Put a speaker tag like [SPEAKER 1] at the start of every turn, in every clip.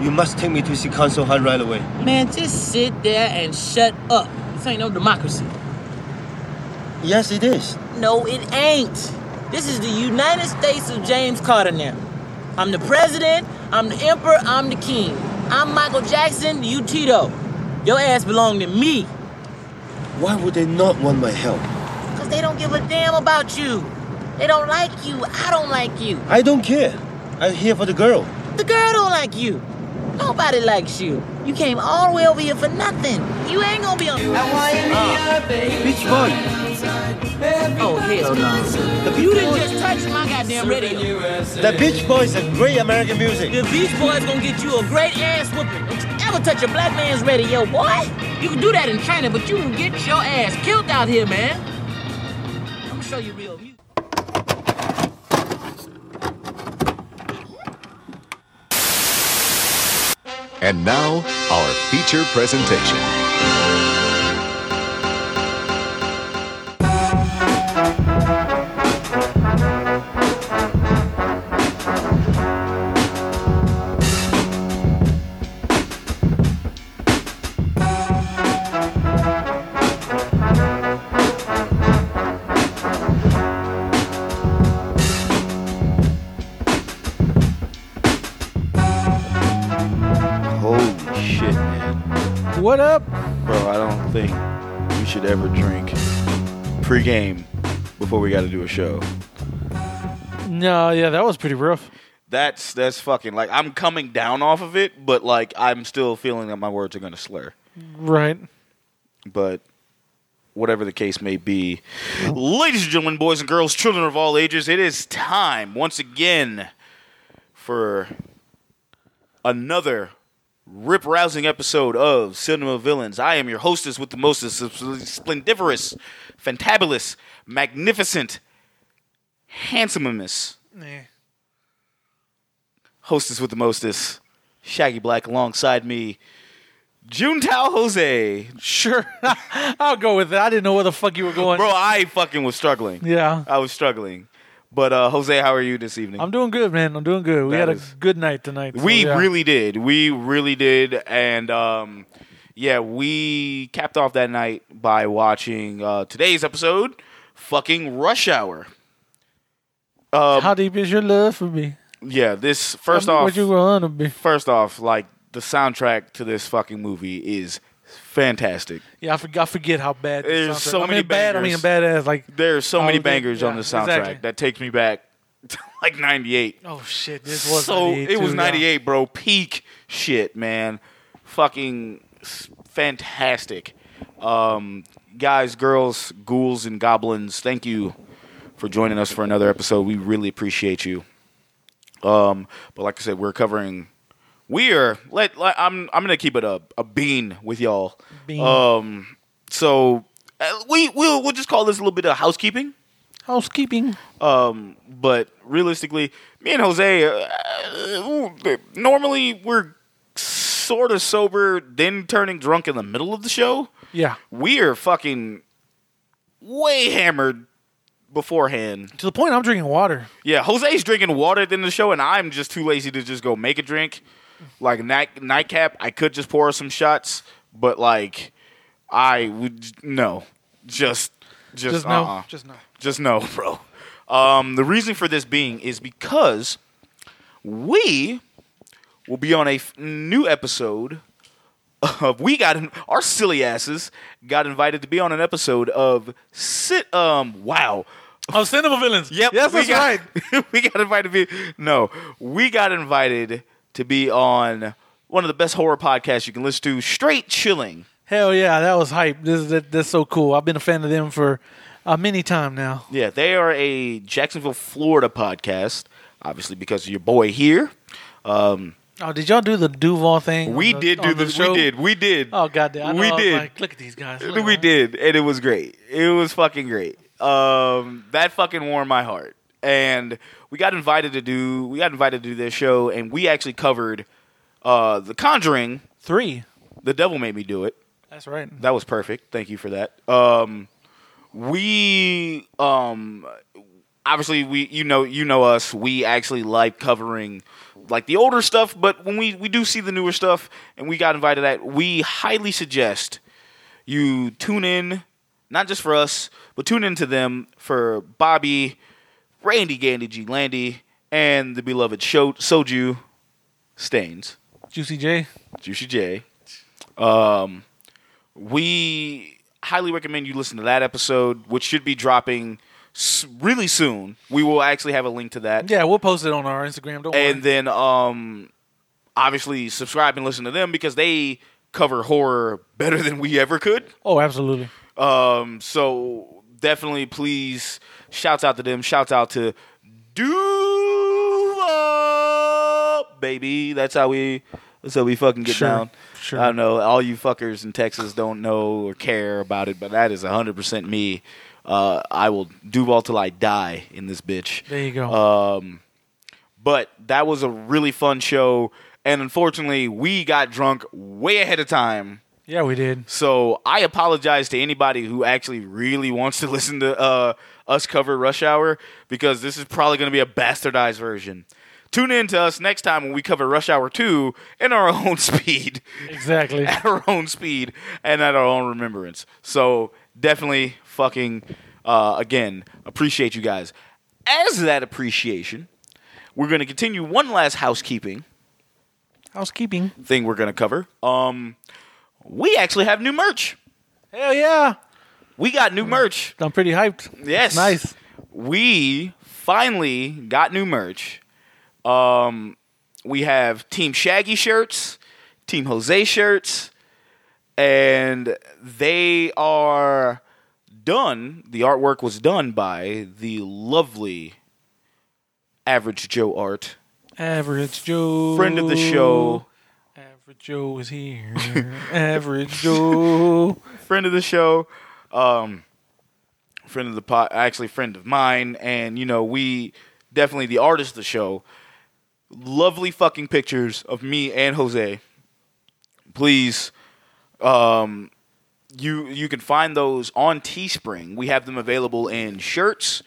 [SPEAKER 1] You must take me to see Council Hut right away.
[SPEAKER 2] Man, just sit there and shut up. This ain't no democracy.
[SPEAKER 1] Yes, it is.
[SPEAKER 2] No, it ain't. This is the United States of James Carter now. I'm the president, I'm the emperor, I'm the king. I'm Michael Jackson, you Tito. Your ass belong to me,
[SPEAKER 1] Why would they not want my help?
[SPEAKER 2] because they don't give a damn about you. They don't like you, I don't like you.
[SPEAKER 1] I don't care. I'm here for the girl.
[SPEAKER 2] The girl don't like you. Nobody likes you. You came all the way over here for nothing. You ain't gonna be on.
[SPEAKER 1] Beach boy.
[SPEAKER 2] Oh hell no. You didn't just touch my goddamn radio.
[SPEAKER 1] The Beach Boys are great American music.
[SPEAKER 2] The Beach Boys gonna get you a great ass whooping. Don't you ever touch a black man's radio, boy. You can do that in China, but you can get your ass killed out here, man. I'm gonna show you real music.
[SPEAKER 3] And now, our feature presentation.
[SPEAKER 4] Holy shit, man.
[SPEAKER 5] What up?
[SPEAKER 4] Bro, I don't think we should ever drink pregame before we gotta do a show.
[SPEAKER 5] No, yeah, that was pretty rough.
[SPEAKER 4] That's that's fucking like I'm coming down off of it, but like I'm still feeling that my words are gonna slur.
[SPEAKER 5] Right.
[SPEAKER 4] But whatever the case may be. Ladies and gentlemen, boys and girls, children of all ages, it is time once again for another rip rousing episode of Cinema Villains. I am your hostess with the mostest, splendiferous, fantabulous, magnificent, handsomest hostess with the mostest, Shaggy Black, alongside me, Juntao Jose.
[SPEAKER 5] Sure. I'll go with it. I didn't know where the fuck you were going.
[SPEAKER 4] Bro, I fucking was struggling.
[SPEAKER 5] Yeah.
[SPEAKER 4] I was struggling. But uh, Jose, how are you this evening?
[SPEAKER 5] I'm doing good, man. I'm doing good. We
[SPEAKER 4] That
[SPEAKER 5] had a
[SPEAKER 4] is-
[SPEAKER 5] good night tonight. so,
[SPEAKER 4] we
[SPEAKER 5] Oh, yeah.
[SPEAKER 4] really did. We really did. And um, yeah, we capped off that night by watching uh, today's episode, fucking Rush Hour.
[SPEAKER 5] How deep is your love for me?
[SPEAKER 4] Yeah, this first
[SPEAKER 5] I'm
[SPEAKER 4] off,
[SPEAKER 5] what Um, you gonna be?
[SPEAKER 4] first off, like the soundtrack to this fucking movie is fantastic.
[SPEAKER 5] Yeah, I forget. I forget how bad. the
[SPEAKER 4] There's
[SPEAKER 5] soundtrack-
[SPEAKER 4] so
[SPEAKER 5] I mean,
[SPEAKER 4] many
[SPEAKER 5] bad. I mean,
[SPEAKER 4] bangers.
[SPEAKER 5] badass. Like,
[SPEAKER 4] There are so
[SPEAKER 5] Oh,
[SPEAKER 4] many
[SPEAKER 5] the-
[SPEAKER 4] bangers on
[SPEAKER 5] yeah,
[SPEAKER 4] the soundtrack
[SPEAKER 5] exactly.
[SPEAKER 4] that takes me back to like '98.
[SPEAKER 5] oh shit, this was
[SPEAKER 4] so
[SPEAKER 5] 98
[SPEAKER 4] it was
[SPEAKER 5] too, yeah.
[SPEAKER 4] 98 bro peak shit man fucking s- fantastic um guys girls ghouls and goblins thank you for joining us for another episode we really appreciate you um but like i said we're covering we are let, let i'm i'm gonna keep it a, a bean with y'all
[SPEAKER 5] Bean.
[SPEAKER 4] um so uh, we we'll, we'll just call this a little bit of housekeeping
[SPEAKER 5] Housekeeping.
[SPEAKER 4] um, but realistically, me and Jose, uh, normally we're sort of sober, then turning drunk in the middle of the show.
[SPEAKER 5] Yeah.
[SPEAKER 4] We are fucking way hammered beforehand.
[SPEAKER 5] To the point, I'm drinking water.
[SPEAKER 4] Yeah, Jose's drinking water at the end of the show, and I'm just too lazy to just go make a drink. Like night nightcap, I could just pour some shots, but like I would no, just just,
[SPEAKER 5] Just no.
[SPEAKER 4] uh-uh.
[SPEAKER 5] Just no.
[SPEAKER 4] Just no, bro. Um, the reason for this being is because we will be on a f- new episode of we got in- our silly asses got invited to be on an episode of sit um wow
[SPEAKER 5] Oh, cinema villains.
[SPEAKER 4] Yep.
[SPEAKER 5] Yes,
[SPEAKER 4] we
[SPEAKER 5] that's
[SPEAKER 4] got,
[SPEAKER 5] right.
[SPEAKER 4] we got invited to be no. We got invited to be on one of the best horror podcasts you can listen to, Straight Chilling.
[SPEAKER 5] Hell yeah, that was hype. This is that, that's so cool. I've been a fan of them for uh, many time now.
[SPEAKER 4] Yeah, they are a Jacksonville, Florida podcast, obviously because of your boy here. Um,
[SPEAKER 5] Oh, did y'all do the Duval thing? on
[SPEAKER 4] we
[SPEAKER 5] the-
[SPEAKER 4] did
[SPEAKER 5] on
[SPEAKER 4] do
[SPEAKER 5] the
[SPEAKER 4] this.
[SPEAKER 5] show?
[SPEAKER 4] We did. We did.
[SPEAKER 5] Oh goddamn! I know.
[SPEAKER 4] We
[SPEAKER 5] I was
[SPEAKER 4] did.
[SPEAKER 5] Like, Look at these guys. Look at
[SPEAKER 4] we
[SPEAKER 5] them.
[SPEAKER 4] did, and it was great. It was fucking great. Um, that fucking warmed my heart. And we got invited to do we got invited to do this show, and we actually covered uh, The Conjuring.
[SPEAKER 5] three.
[SPEAKER 4] The Devil Made Me Do It.
[SPEAKER 5] That's right.
[SPEAKER 4] That was perfect. Thank you for that. Um, we um, obviously we you know you know us. We actually like covering like the older stuff, but when we we do see the newer stuff and we got invited to that, we highly suggest you tune in, not just for us, but tune in to them for Bobby, Randy Gandy G Landy, and the beloved Sho- Soju Stains.
[SPEAKER 5] Juicy J.
[SPEAKER 4] Juicy J. Um, we highly recommend you listen to that episode, which should be dropping s- really soon. We will actually have a link to that,
[SPEAKER 5] Yeah, we'll post it on our Instagram. Don't
[SPEAKER 4] and
[SPEAKER 5] worry.
[SPEAKER 4] then um, obviously subscribe and listen to them because they cover horror better than we ever could.
[SPEAKER 5] Oh, absolutely.
[SPEAKER 4] Um, so definitely, please shouts out to them. Shouts out to Duval, baby. That's how we. That's how we fucking get
[SPEAKER 5] Sure,
[SPEAKER 4] down.
[SPEAKER 5] sure.
[SPEAKER 4] I know all you fuckers in Texas don't know or care about it, but that is hundred percent me. Uh, I will Duval till I die in this bitch.
[SPEAKER 5] There you go.
[SPEAKER 4] Uh, But that was a really fun show, and unfortunately, we got drunk way ahead of time.
[SPEAKER 5] yeah, we did.
[SPEAKER 4] So I apologize to anybody who actually really wants to listen to uh, us cover Rush Hour because this is probably going to be a bastardized version. Tune in to us next time when we cover Rush Hour 2 in our own speed,
[SPEAKER 5] Exactly.
[SPEAKER 4] at our own speed, and at our own remembrance. So definitely fucking, uh, again, appreciate you guys. As that appreciation, we're going to continue one last housekeeping
[SPEAKER 5] Housekeeping.
[SPEAKER 4] thing we're going to cover. Um, we actually have new merch.
[SPEAKER 5] Hell yeah.
[SPEAKER 4] We got new merch.
[SPEAKER 5] I'm pretty hyped.
[SPEAKER 4] Yes.
[SPEAKER 5] It's nice.
[SPEAKER 4] We finally got new merch. Um, we have Team Shaggy shirts, Team Jose shirts, and they are done. The artwork was done by the lovely Average Joe Art,
[SPEAKER 5] Average Joe.
[SPEAKER 4] friend of the show,
[SPEAKER 5] Average Joe is here. Average Joe.
[SPEAKER 4] friend of the show, um, friend of the pot, actually friend of mine, and you know we definitely the artist of the show. Lovely fucking pictures of me and Jose. Please, um, you you can find those on Teespring. We have them available in shirts,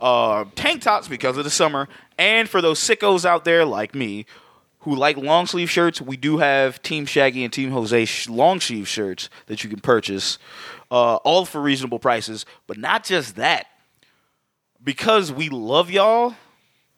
[SPEAKER 4] uh, tank tops because of the summer, and for those sickos out there like me who like long sleeve shirts, we do have Team Shaggy and Team Jose sh- long sleeve shirts that you can purchase, uh, all for reasonable prices. But not just that, because we love y'all.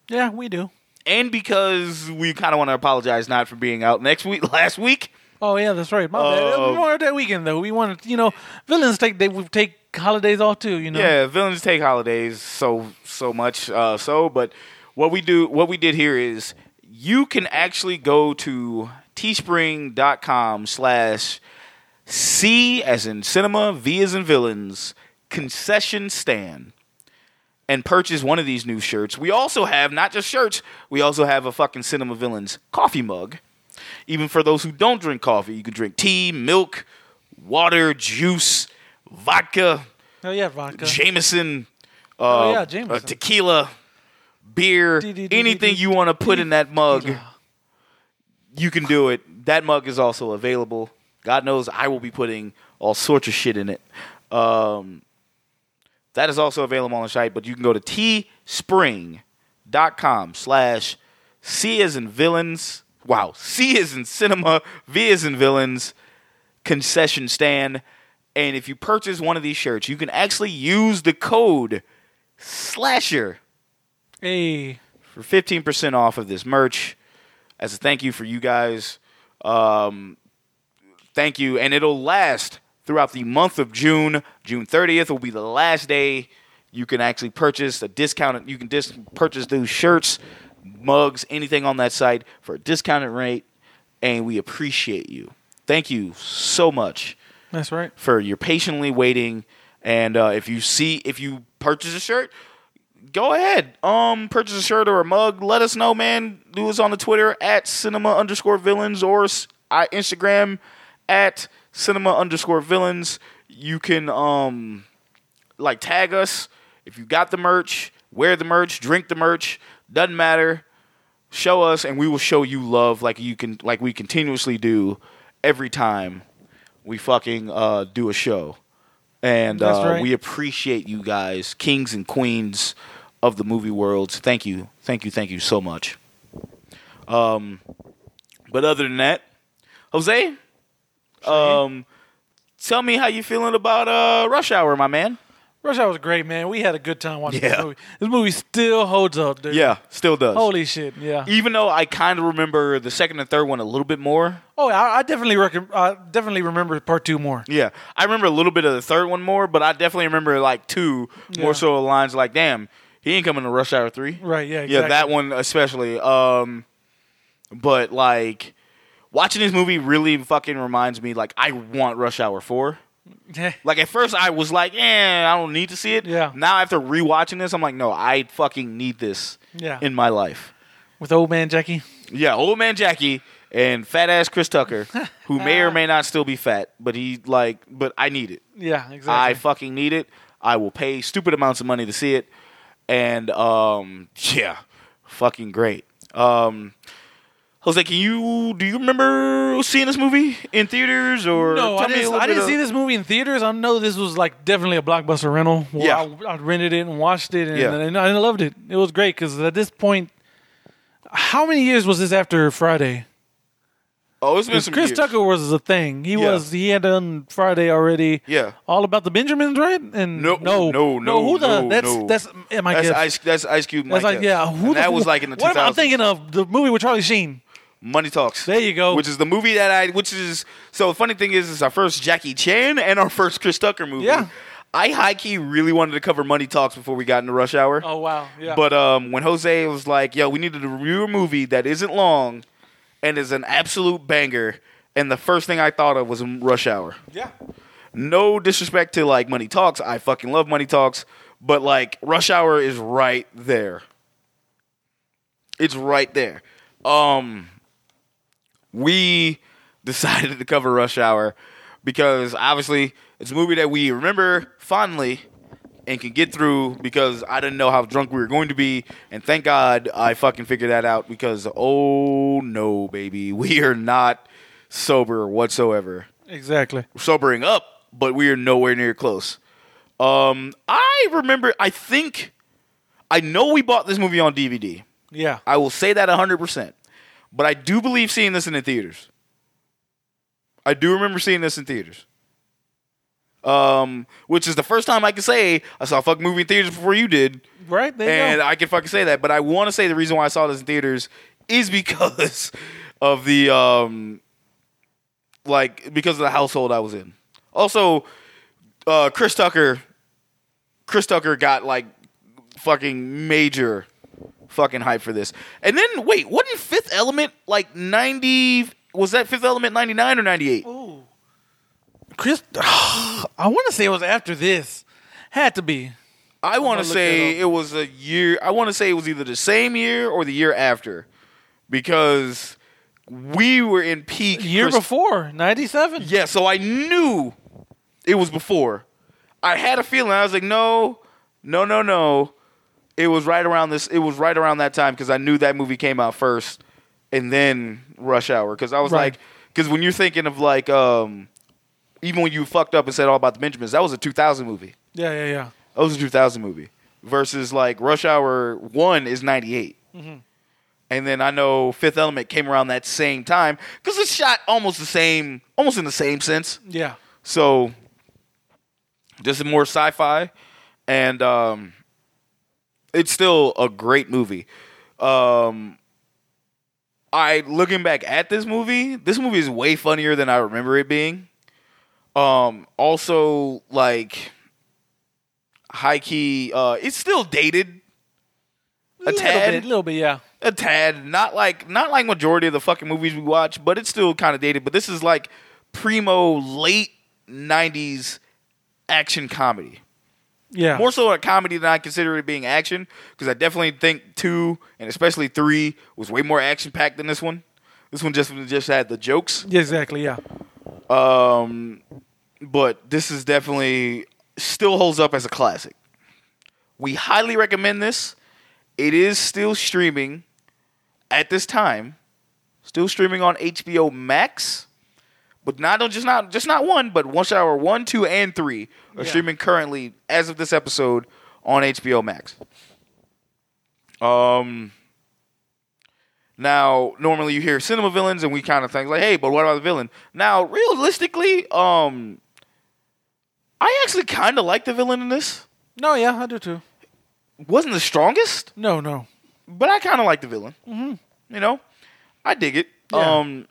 [SPEAKER 5] Yeah, we do.
[SPEAKER 4] And because we kind of want to apologize not for being out next week, last week,
[SPEAKER 5] Oh yeah, that's right. My bad. It was
[SPEAKER 4] Uh,
[SPEAKER 5] Memorial Day weekend though. We wanted, you know, villains take they would take holidays off too. You know.
[SPEAKER 4] Yeah, villains take holidays so so much uh, so. But what we do, what we did here is you can actually go to teespring.com slash C as in cinema, V as in villains, concession stand, and purchase one of these new shirts. We also have not just shirts, we also have a fucking cinema villains coffee mug. Even for those who don't drink coffee, you can drink tea, milk, water, juice, vodka,
[SPEAKER 5] Hell Oh, yeah, vodka.
[SPEAKER 4] Jameson, uh,
[SPEAKER 5] Oh, yeah,
[SPEAKER 4] uh,
[SPEAKER 5] Jameson.
[SPEAKER 4] tequila, beer,
[SPEAKER 5] Dee-dee-dee-dee-dee.
[SPEAKER 4] anything you want to put in that mug, you can do it. That mug is also available. God knows I will be putting all sorts of shit in it. Um, that is also available on the site, but you can go to tspring.com slash C is in villains. Wow. C is in cinema, V is in villains, concession stand. And if you purchase one of these shirts, you can actually use the code SLASHER
[SPEAKER 5] hey,
[SPEAKER 4] for 15% off of this merch as a thank you for you guys. Um, thank you. And it'll last throughout the month of June. June 30th will be the last day you can actually purchase a discounted, you can dis- purchase those shirts, mugs, anything on that site for a discounted rate. And we appreciate you. Thank you so much
[SPEAKER 5] that's right.
[SPEAKER 4] for your patiently waiting. And uh, if you see, if you purchase a shirt, go ahead. Um, purchase a shirt or a mug. Let us know, man. Do us on the Twitter at cinema underscore villains or s- I Instagram at cinema underscore villains. You can um, like tag us if you got the merch, wear the merch, drink the merch. Doesn't matter. Show us, and we will show you love like you can, like we continuously do every time we fucking uh, do a show. And
[SPEAKER 5] That's
[SPEAKER 4] uh,
[SPEAKER 5] right.
[SPEAKER 4] we appreciate you guys, kings and queens of the movie worlds. Thank you, thank you, thank you so much. Um, but other than that, Jose, um, tell me how you feeling about uh, Rush Hour, my man.
[SPEAKER 5] Rush Hour was great, man. We had a good time watching
[SPEAKER 4] Yeah.
[SPEAKER 5] this movie. This movie still holds up, dude.
[SPEAKER 4] Yeah, still does.
[SPEAKER 5] Holy shit, yeah.
[SPEAKER 4] Even though I kind of remember the second and third one a little bit more.
[SPEAKER 5] Oh, I, I definitely rec- I definitely remember part two more.
[SPEAKER 4] Yeah, I remember a little bit of the third one more, but I definitely remember like two more
[SPEAKER 5] Yeah.
[SPEAKER 4] so of lines like, "Damn, he ain't coming to Rush Hour 3.
[SPEAKER 5] Right, yeah,
[SPEAKER 4] yeah,
[SPEAKER 5] exactly.
[SPEAKER 4] that one especially. Um, but like watching this movie really fucking reminds me like I want Rush Hour Four. Like at first I was like, "Yeah, I don't need to see it."
[SPEAKER 5] Yeah.
[SPEAKER 4] Now after rewatching this, I'm like, "No, I fucking need this."
[SPEAKER 5] Yeah.
[SPEAKER 4] In my life.
[SPEAKER 5] With old man Jackie.
[SPEAKER 4] Yeah, old man Jackie and fat ass Chris Tucker, who may or may not still be fat, but he like, but I need it.
[SPEAKER 5] Yeah,
[SPEAKER 4] I
[SPEAKER 5] exactly.
[SPEAKER 4] fucking need it. I will pay stupid amounts of money to see it. And um, yeah, fucking great. Um, Jose, can you do you remember seeing this movie in theaters or?
[SPEAKER 5] no,
[SPEAKER 4] tell
[SPEAKER 5] I
[SPEAKER 4] me a
[SPEAKER 5] didn't,
[SPEAKER 4] little
[SPEAKER 5] I
[SPEAKER 4] bit
[SPEAKER 5] didn't
[SPEAKER 4] of-
[SPEAKER 5] see this movie in theaters. I know this was like definitely a blockbuster rental. Well,
[SPEAKER 4] Yeah.
[SPEAKER 5] I, I rented it and watched it, and,
[SPEAKER 4] Yeah.
[SPEAKER 5] and I loved it. It was great because at this point, how many years was this after Friday?
[SPEAKER 4] Oh, it's been some
[SPEAKER 5] Chris
[SPEAKER 4] years.
[SPEAKER 5] Tucker was a thing. He
[SPEAKER 4] Yeah.
[SPEAKER 5] was he had done Friday already.
[SPEAKER 4] Yeah.
[SPEAKER 5] all about the Benjamins, right? And
[SPEAKER 4] No,
[SPEAKER 5] no,
[SPEAKER 4] no, no,
[SPEAKER 5] Who the
[SPEAKER 4] no,
[SPEAKER 5] that's
[SPEAKER 4] no.
[SPEAKER 5] that's yeah, my
[SPEAKER 4] That's
[SPEAKER 5] guess.
[SPEAKER 4] Ice. That's Ice Cube.
[SPEAKER 5] that's
[SPEAKER 4] my
[SPEAKER 5] like
[SPEAKER 4] guess.
[SPEAKER 5] yeah. Who
[SPEAKER 4] And
[SPEAKER 5] the-
[SPEAKER 4] that was like in the
[SPEAKER 5] what
[SPEAKER 4] 2000s.
[SPEAKER 5] am I thinking of? The movie with Charlie Sheen.
[SPEAKER 4] Money Talks.
[SPEAKER 5] There you go.
[SPEAKER 4] Which is the movie that I, which is so the funny thing is, it's our first Jackie Chan and our first Chris Tucker movie.
[SPEAKER 5] Yeah.
[SPEAKER 4] I high key really wanted to cover Money Talks before we got into Rush Hour.
[SPEAKER 5] Oh wow, yeah.
[SPEAKER 4] But um, when Jose was like, "Yo, we needed to review a movie that isn't long, and is an absolute banger," and the first thing I thought of was Rush Hour.
[SPEAKER 5] yeah,
[SPEAKER 4] No disrespect to like Money Talks, I fucking love Money Talks, but like Rush Hour is right there. It's right there. Um, we decided to cover Rush Hour because obviously it's a movie that we remember fondly and can get through because I didn't know how drunk we were going to be. And thank God I fucking figured that out because, oh no, baby, we are not sober whatsoever.
[SPEAKER 5] exactly.
[SPEAKER 4] Sobering up, but we are nowhere near close. Um, I remember, I think, I know we bought this movie on DVD.
[SPEAKER 5] Yeah,
[SPEAKER 4] I will say that 100%. But I do believe seeing this in the theaters. I do remember seeing this in theaters. Um, which is the first time I can say I saw a fucking movie in theaters before you did.
[SPEAKER 5] right there. you
[SPEAKER 4] and
[SPEAKER 5] go.
[SPEAKER 4] I can fucking say that. But I want to say the reason why I saw this in theaters is because of the, um, like, because of the household I was in. Also, uh, Chris Tucker, Chris Tucker got like fucking major fucking hype for this. And then wait, wasn't Fifth Element like ninety? Was that Fifth Element ninety nine or ninety eight?
[SPEAKER 5] Chris, I want to say it was after this. Had to be.
[SPEAKER 4] I want
[SPEAKER 5] look
[SPEAKER 4] to
[SPEAKER 5] that
[SPEAKER 4] say
[SPEAKER 5] up.
[SPEAKER 4] it was a year. I want to say it was either the same year or the year after, because we were in peak
[SPEAKER 5] Year
[SPEAKER 4] Chris-
[SPEAKER 5] before, 97.
[SPEAKER 4] Yeah, so I knew it was before. I had a feeling. I was like, no, no, no, no. It was right around this. It was right around that time because I knew that movie came out first, and then Rush Hour. Because I was
[SPEAKER 5] Right.
[SPEAKER 4] like, because when you're thinking of like, um, even when you fucked up and said all about the Benjamins, that was a 2000 movie.
[SPEAKER 5] Yeah, yeah, yeah.
[SPEAKER 4] That was Oh, a 2000 movie. Versus like Rush Hour One is 98. And then I know Fifth Element came around that same time because it's shot almost the same, almost in the same sense.
[SPEAKER 5] Yeah.
[SPEAKER 4] So this is more sci-fi, and um, it's still a great movie. Um, I looking back at this movie, this movie is way funnier than I remember it being. Um, also like high key, uh, it's still dated a tad,
[SPEAKER 5] little bit, little bit, yeah.
[SPEAKER 4] a tad not like not like majority of the fucking movies we watch but it's still kind of dated but this is like primo late 90s action comedy
[SPEAKER 5] Yeah.
[SPEAKER 4] more so a comedy than i consider it being action because i definitely think two and especially three was way more action packed than this one this one just just had the jokes
[SPEAKER 5] Yeah, exactly, yeah.
[SPEAKER 4] but this is definitely still holds up as a classic. We highly recommend this. It is still streaming at this time, still streaming on HBO Max, but not just not just not one, but one hour one, two, and three are streaming currently as of this episode on HBO Max. Um, Now, normally you hear cinema villains, and we kind of think like, "Hey, but what about the villain?" Now, realistically, um, I actually kind of like the villain in this.
[SPEAKER 5] No, yeah, I do too.
[SPEAKER 4] Wasn't the strongest,
[SPEAKER 5] No, no.
[SPEAKER 4] but I kind of like the villain. Mm-hmm. You know, I dig it.
[SPEAKER 5] Yeah.
[SPEAKER 4] Um,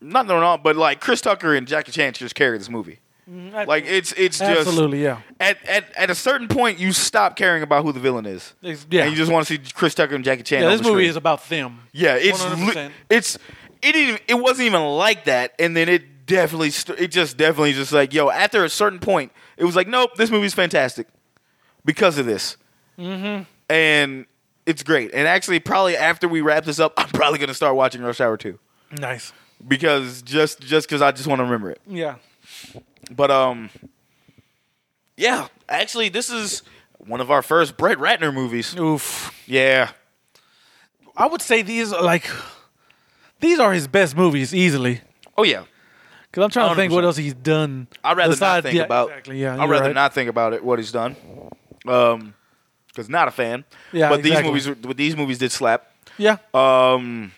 [SPEAKER 4] not no, no, but like Chris Tucker and Jackie Chan just carry this movie. Like it's it's just
[SPEAKER 5] Absolutely, yeah.
[SPEAKER 4] At, at at a certain point, you stop caring about who the villain is,
[SPEAKER 5] It's- yeah.
[SPEAKER 4] and you just want to see Chris Tucker and Jackie Chan.
[SPEAKER 5] Yeah,
[SPEAKER 4] on
[SPEAKER 5] this
[SPEAKER 4] the
[SPEAKER 5] movie
[SPEAKER 4] screen.
[SPEAKER 5] is about them.
[SPEAKER 4] Yeah, it's
[SPEAKER 5] 100%.
[SPEAKER 4] li- it's it didn't it wasn't even like that, and then it definitely st- it just definitely just like yo. After a certain point, it was like nope, this movie's fantastic because of this, mm-hmm. and it's great. And actually, probably after we wrap this up, I'm probably gonna start watching Rush Hour two
[SPEAKER 5] Nice.
[SPEAKER 4] because just just because I just want to remember it.
[SPEAKER 5] Yeah.
[SPEAKER 4] But um, yeah, actually, this is one of our first Brett Ratner movies.
[SPEAKER 5] Oof.
[SPEAKER 4] Yeah,
[SPEAKER 5] I would say these are like these are his best movies easily.
[SPEAKER 4] oh yeah.
[SPEAKER 5] Because I'm trying to think what
[SPEAKER 4] 100%.
[SPEAKER 5] else he's done.
[SPEAKER 4] I'd rather not
[SPEAKER 5] besides-
[SPEAKER 4] think
[SPEAKER 5] yeah,
[SPEAKER 4] about.
[SPEAKER 5] Exactly. Yeah.
[SPEAKER 4] I'd
[SPEAKER 5] you're
[SPEAKER 4] rather
[SPEAKER 5] right.
[SPEAKER 4] not think about it. What he's done, um, because not a fan.
[SPEAKER 5] Yeah,
[SPEAKER 4] but
[SPEAKER 5] exactly.
[SPEAKER 4] these movies, but these movies did slap.
[SPEAKER 5] Yeah.
[SPEAKER 4] Um,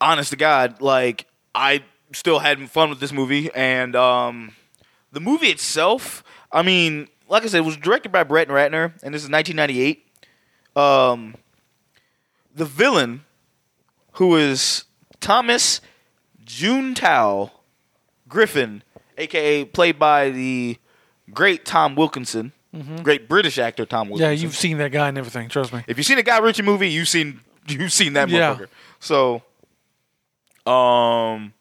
[SPEAKER 4] honest to God, like I still had fun with this movie, and um, the movie itself. I mean, like I said, it was directed by Brett Ratner, and this is 1998. Um, the villain, who is Thomas Juntao Griffin, aka played by the great Tom Wilkinson, great British actor Tom Wilkinson.
[SPEAKER 5] Mm-hmm. yeah. You've seen that guy and everything. Trust me.
[SPEAKER 4] If you've seen a Guy Ritchie movie, you've seen you've seen that
[SPEAKER 5] Yeah.
[SPEAKER 4] motherfucker. So, um,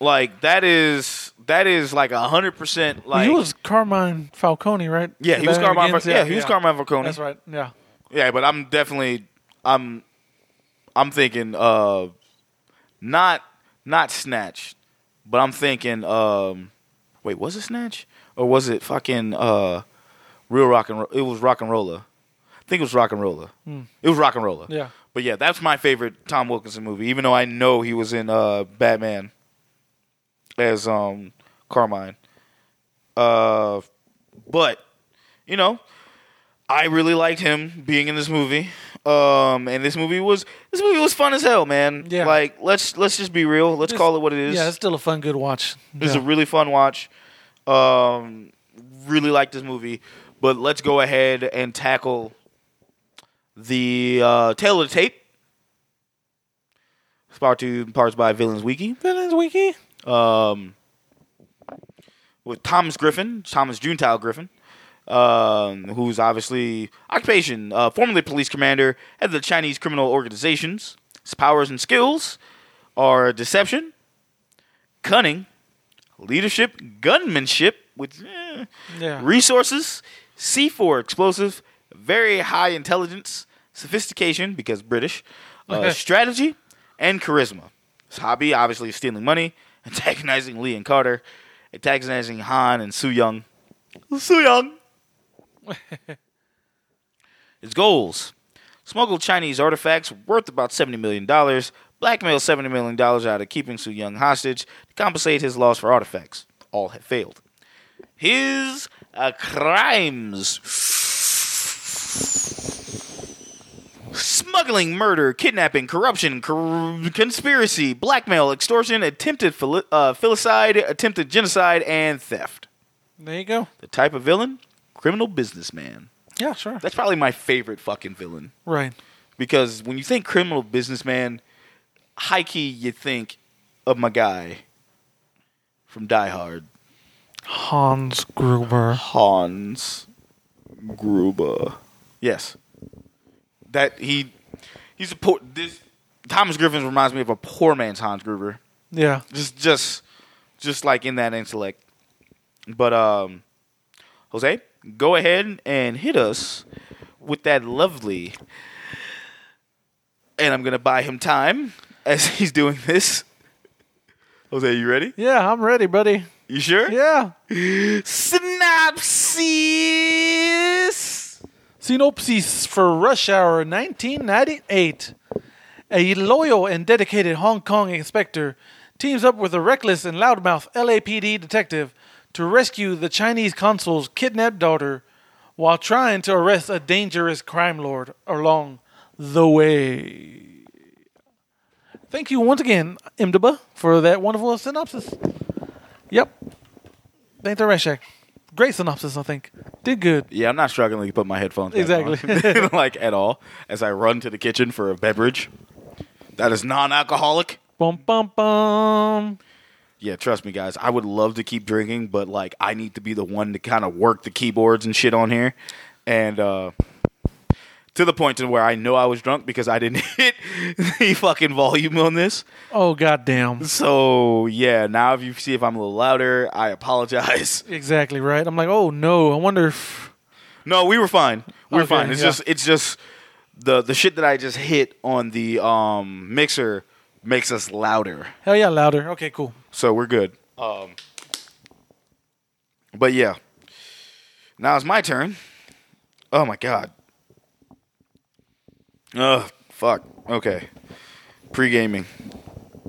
[SPEAKER 4] like that is that is like a hundred percent like
[SPEAKER 5] he was Carmine Falcone, right?
[SPEAKER 4] yeah he was
[SPEAKER 5] That
[SPEAKER 4] Carmine
[SPEAKER 5] begins-
[SPEAKER 4] Fal- yeah, he was Carmine Falcone
[SPEAKER 5] That's right. Yeah.
[SPEAKER 4] yeah but I'm definitely I'm I'm thinking uh not not snatch but I'm thinking um wait was it snatch or was it fucking uh real rock and roll it was rock and roller I think it was rock and roller it was rock and roller
[SPEAKER 5] Yeah.
[SPEAKER 4] But yeah, that's my favorite Tom Wilkinson movie, even though I know he was in uh, Batman as um, Carmine. Uh, but, you know, I really liked him being in this movie. Um, and this movie was this movie was fun as hell, man.
[SPEAKER 5] Yeah.
[SPEAKER 4] Like let's let's just be real. Let's
[SPEAKER 5] This-
[SPEAKER 4] call it what it is.
[SPEAKER 5] Yeah. It's still a fun, good watch.
[SPEAKER 4] This
[SPEAKER 5] Yeah.
[SPEAKER 4] is a really fun watch. Um, really like this movie, but let's go ahead and tackle the uh, tail of the tape. Spark two parts by Villains Wiki
[SPEAKER 5] Villains Wiki.
[SPEAKER 4] um, with Thomas Griffin, Thomas Juntile Griffin, um, who's obviously occupation, uh, formerly police commander head of the Chinese criminal organizations. His powers and skills are deception, cunning, leadership, gunmanship, which eh,
[SPEAKER 5] Yeah.
[SPEAKER 4] resources, C4 explosive, very high intelligence, sophistication because British, uh, strategy, and charisma. His hobby, obviously, is stealing money, antagonizing Lee and Carter, antagonizing Han and Su Young. Su Young. His goals: smuggle Chinese artifacts worth about seventy million dollars, blackmail seventy million dollars out of keeping Su Young hostage to compensate his loss for artifacts. All have failed. His uh, crimes. Smuggling, murder, kidnapping, corruption, cor- conspiracy, blackmail, extortion, attempted fili- uh, filicide, attempted genocide, and theft.
[SPEAKER 5] There you go.
[SPEAKER 4] The type of villain? Criminal businessman.
[SPEAKER 5] Yeah. Sure.
[SPEAKER 4] That's probably my favorite fucking villain.
[SPEAKER 5] Right.
[SPEAKER 4] Because when you think criminal businessman, high key, you think of my guy from Die Hard,
[SPEAKER 5] Hans Gruber.
[SPEAKER 4] Hans Gruber. Yes. That he he's a poor this Thomas Griffin reminds me of a poor man's Hans Gruber.
[SPEAKER 5] Yeah.
[SPEAKER 4] Just just just like in that intellect. But um Jose, go ahead and hit us with that lovely and I'm gonna buy him time as he's doing this. Jose, you ready?
[SPEAKER 5] Yeah. I'm ready, buddy.
[SPEAKER 4] You sure?
[SPEAKER 5] Yeah.
[SPEAKER 4] Synopsis
[SPEAKER 5] Synopsis for Rush Hour 1998. A loyal and dedicated Hong Kong inspector teams up with a reckless and loudmouth LAPD detective to rescue the Chinese consul's kidnapped daughter while trying to arrest a dangerous crime lord along the way. Thank you once again, Imdb, for that wonderful synopsis. Yep. Thank the Rashak. Great synopsis, I think. Did good.
[SPEAKER 4] Yeah, I'm not struggling to put my headphones back
[SPEAKER 5] Exactly.
[SPEAKER 4] on, like at all as I run to the kitchen for a beverage that is non-alcoholic.
[SPEAKER 5] Bum bum bum.
[SPEAKER 4] Yeah, trust me, guys. I would love to keep drinking, but like I need to be the one to kind of work the keyboards and shit on here, and uh, to the point to where I know I was drunk because I didn't hit the fucking volume on this.
[SPEAKER 5] Oh goddamn.
[SPEAKER 4] So yeah, now if you see if I'm a little louder, I apologize.
[SPEAKER 5] Exactly right. I'm like, oh no. I wonder if
[SPEAKER 4] No, we were fine. We were
[SPEAKER 5] Okay,
[SPEAKER 4] fine. It's
[SPEAKER 5] yeah.
[SPEAKER 4] just it's just the the shit that I just hit on the um mixer makes us louder.
[SPEAKER 5] hell yeah louder. Okay, cool.
[SPEAKER 4] So we're good. Um But yeah. Now it's my turn. Oh my god. Ugh, fuck. Okay. Pre gaming.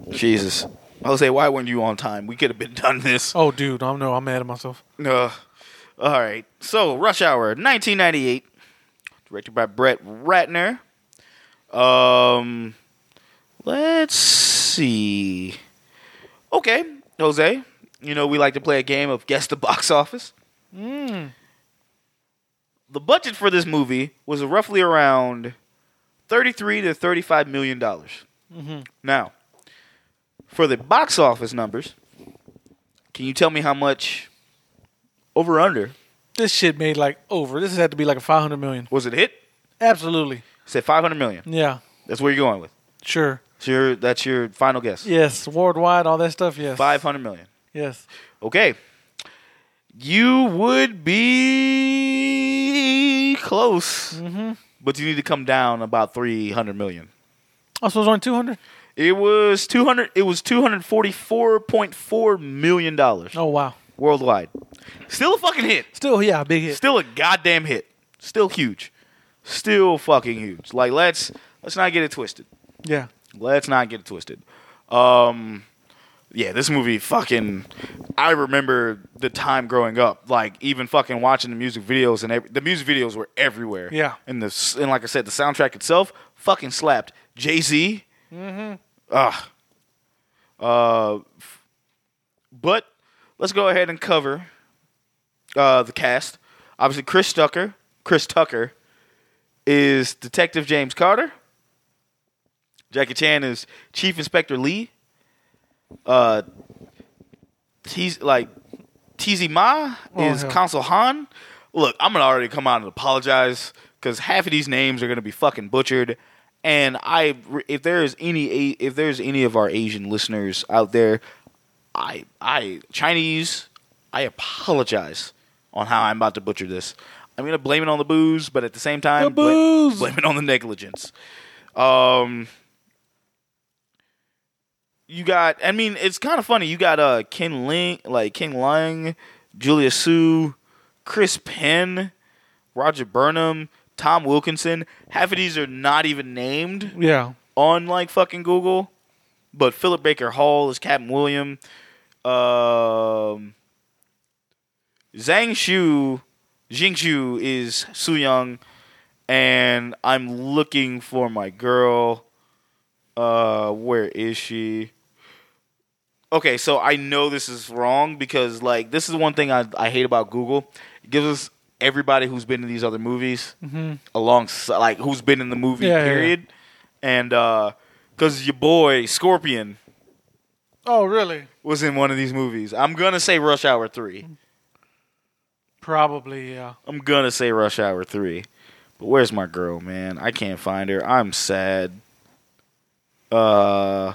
[SPEAKER 4] Jesus. Jose, why weren't you on time? We could have been done this.
[SPEAKER 5] Oh dude, I know. I'm mad at myself.
[SPEAKER 4] Uh, all right. So, Rush Hour, 1998, directed by Brett Ratner. Um, let's see. Okay, Jose. You know we like to play a game of guess the box office. The budget for this movie was roughly around thirty-three to thirty-five million dollars. Now, for the box office numbers, can you tell me how much over or under
[SPEAKER 5] This shit made like over. This had to be like a 500 million.
[SPEAKER 4] was it hit?
[SPEAKER 5] Absolutely.
[SPEAKER 4] Say 500 million.
[SPEAKER 5] Yeah.
[SPEAKER 4] That's where you're going with.
[SPEAKER 5] Sure.
[SPEAKER 4] So your that's your final guess.
[SPEAKER 5] Yes. Worldwide, all that stuff. Yes.
[SPEAKER 4] 500 million.
[SPEAKER 5] Yes.
[SPEAKER 4] Okay. You would be close.
[SPEAKER 5] Mm-hmm.
[SPEAKER 4] But you need to come down about 300 million.
[SPEAKER 5] Oh, so it was only 200.
[SPEAKER 4] It was 200 it was 244.4 million dollars
[SPEAKER 5] Oh wow.
[SPEAKER 4] worldwide. Still a fucking hit.
[SPEAKER 5] Still, yeah, a big hit.
[SPEAKER 4] Still a goddamn hit. Still huge. Still fucking huge. Like let's let's not get it twisted.
[SPEAKER 5] Yeah.
[SPEAKER 4] Let's not get it twisted. Um, yeah, this movie fucking. I remember the time growing up, like even fucking watching the music videos and every, the music videos were everywhere.
[SPEAKER 5] Yeah.
[SPEAKER 4] and the s- and like I said, the soundtrack itself fucking slapped. Jay Z. Mm-hmm. Ugh. Uh, f- but let's go ahead and cover uh, the cast. Obviously, Chris Tucker. Chris Tucker is Detective James Carter. Jackie Chan is Chief Inspector Lee. Uh, he's like TZ Ma is
[SPEAKER 5] hell.
[SPEAKER 4] Consul Han. Look, I'm gonna already come out and apologize because half of these names are gonna be fucking butchered. And I, if there is any, A- if there's any of our Asian listeners out there, I, I Chinese, I apologize on how I'm about to butcher this. I'm gonna blame it on the booze, but at the same time,
[SPEAKER 5] The
[SPEAKER 4] bla-
[SPEAKER 5] booze!
[SPEAKER 4] blame it on the negligence. Um, you got I mean it's kind of funny. You got uh Ken Ling, like King Lang, Julia Sue, Chris Penn, Roger Burnham, Tom Wilkinson. Half of these are not even named
[SPEAKER 5] Yeah.
[SPEAKER 4] on like fucking Google. But Philip Baker Hall is Captain William. Um Zhang Shu, Jing Shu is Su Young, and I'm looking for my girl. Uh, where is she? Okay, so I know this is wrong because like this is one thing I, I hate about Google. It gives us everybody who's been in these other movies alongside like who's been in the movie
[SPEAKER 5] Mm-hmm. Yeah, yeah, yeah.
[SPEAKER 4] period, and uh, because your boy Scorpion
[SPEAKER 5] Oh really?
[SPEAKER 4] was in one of these movies. I'm gonna say Rush Hour three.
[SPEAKER 5] Probably. Yeah.
[SPEAKER 4] I'm gonna say Rush Hour three, but where's my girl, man? I can't find her. I'm sad. Uh,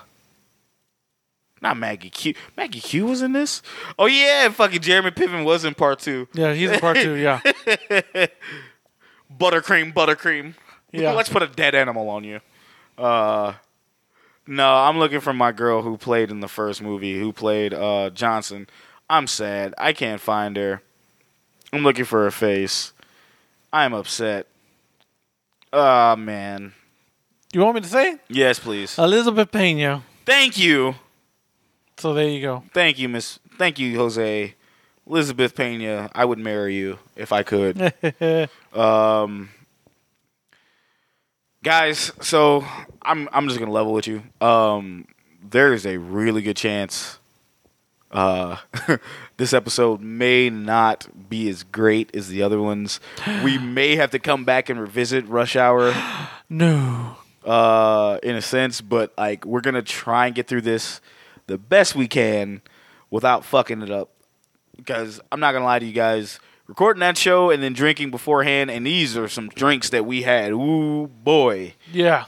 [SPEAKER 4] not Maggie Q. Maggie Q was in this. Oh yeah, fucking Jeremy Piven was in part two.
[SPEAKER 5] Yeah. He's in part two. Yeah.
[SPEAKER 4] Buttercream, buttercream.
[SPEAKER 5] Yeah.
[SPEAKER 4] Let's put a dead animal on you. Uh, no, I'm looking for my girl who played in the first movie, who played uh Johnson. I'm sad. I can't find her. I'm looking for her face. I'm upset. Ah man.
[SPEAKER 5] You want me to say it?
[SPEAKER 4] Yes, please.
[SPEAKER 5] Elizabeth Pena?
[SPEAKER 4] Thank you.
[SPEAKER 5] So there you go.
[SPEAKER 4] Thank you, Miss. Thank you, Jose. Elizabeth Pena, I would marry you if I could. um, guys. So I'm I'm just gonna level with you. Um, there is a really good chance uh, this episode may not be as great as the other ones. We may have to come back and revisit Rush Hour
[SPEAKER 5] No.
[SPEAKER 4] uh, in a sense, but like we're gonna try and get through this the best we can without fucking it up. Because I'm not gonna lie to you guys, recording that show and then drinking beforehand, and these are some drinks that we had. Ooh boy,
[SPEAKER 5] Yeah.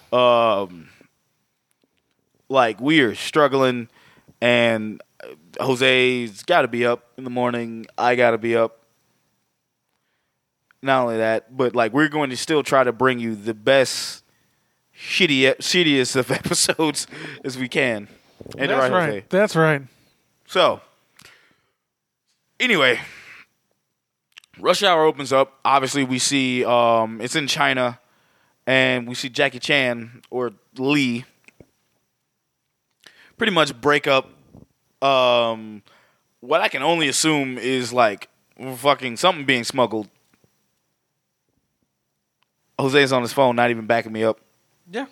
[SPEAKER 4] like we are struggling, and uh, Jose's got to be up in the morning. I got to be up. Not only that, but like we're going to still try to bring you the best, shitty, e, shittiest of episodes as we can. And
[SPEAKER 5] That's
[SPEAKER 4] Jose?
[SPEAKER 5] right. That's right.
[SPEAKER 4] So, anyway, Rush Hour opens up. Obviously, we see um, it's in China, and we see Jackie Chan or Lee pretty much break up. Um, what I can only assume is like fucking something being smuggled. Jose's on his phone, not even backing me up.
[SPEAKER 5] Yeah.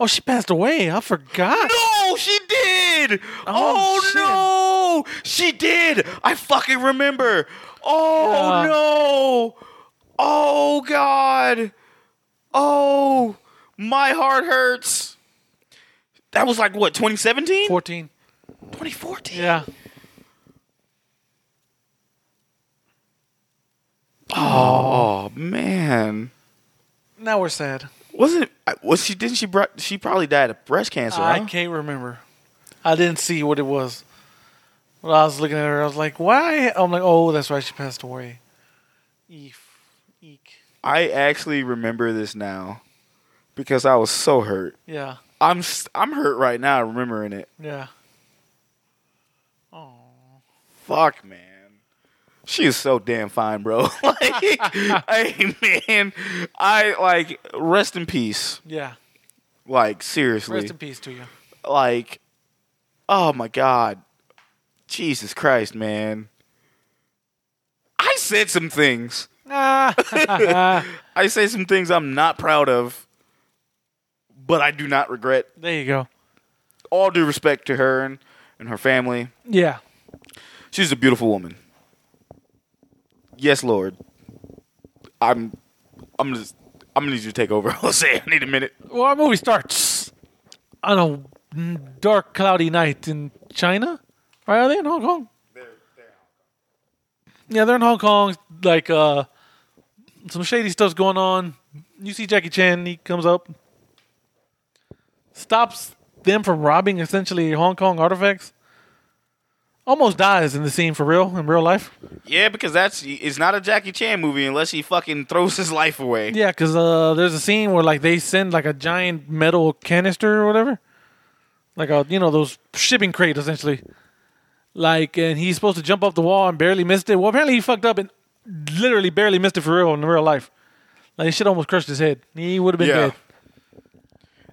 [SPEAKER 5] Oh, she passed away. I forgot.
[SPEAKER 4] No, she did. Oh,
[SPEAKER 5] shit.
[SPEAKER 4] no, she did. I fucking remember. Oh
[SPEAKER 5] Yeah.
[SPEAKER 4] no. Oh god. Oh, my heart hurts. That was like what 2017,
[SPEAKER 5] 14.
[SPEAKER 4] 2014.
[SPEAKER 5] Yeah.
[SPEAKER 4] Oh man,
[SPEAKER 5] Now we're sad.
[SPEAKER 4] wasn't it? Was she? Didn't she? bri- She probably died of breast cancer.
[SPEAKER 5] I
[SPEAKER 4] huh?
[SPEAKER 5] can't remember. I didn't see what it was. When I was looking at her, I was like, why? I'm like, oh, that's right. She passed away. Eef. Eek.
[SPEAKER 4] I actually remember this now because I was so hurt.
[SPEAKER 5] Yeah.
[SPEAKER 4] I'm s- I'm hurt right now remembering it.
[SPEAKER 5] Yeah.
[SPEAKER 4] fuck, man. She is so damn fine, bro. like, hey, man, I like rest in peace.
[SPEAKER 5] Yeah.
[SPEAKER 4] Like, seriously,
[SPEAKER 5] Rest in peace to you.
[SPEAKER 4] like, oh my god, Jesus Christ, man. I said some things.
[SPEAKER 5] Ah.
[SPEAKER 4] I said some things I'm not proud of, but I do not regret.
[SPEAKER 5] there you go.
[SPEAKER 4] All due respect to her and, and her family.
[SPEAKER 5] Yeah.
[SPEAKER 4] She's a beautiful woman. Yes, Lord. I'm. I'm just. I'm gonna need you to take over. Jose, I need a minute.
[SPEAKER 5] Well, our movie starts on a dark, cloudy night in China. Right? Are they in Hong Kong? Yeah, they're in Hong Kong. Like, uh, some shady stuff's going on. You see Jackie Chan, he comes up, stops them from robbing essentially Hong Kong artifacts. Almost dies in the scene for real, in real life.
[SPEAKER 4] Yeah, because that's it's not a Jackie Chan movie unless he fucking throws his life away.
[SPEAKER 5] Yeah, because uh, there's a scene where like they send like a giant metal canister or whatever, like a you know those shipping crate essentially. Like, and he's supposed to jump off the wall and barely missed it. Well, apparently he fucked up and literally barely missed it for real in real life. Like, his shit almost crushed his head. He would have been
[SPEAKER 4] Yeah.
[SPEAKER 5] dead.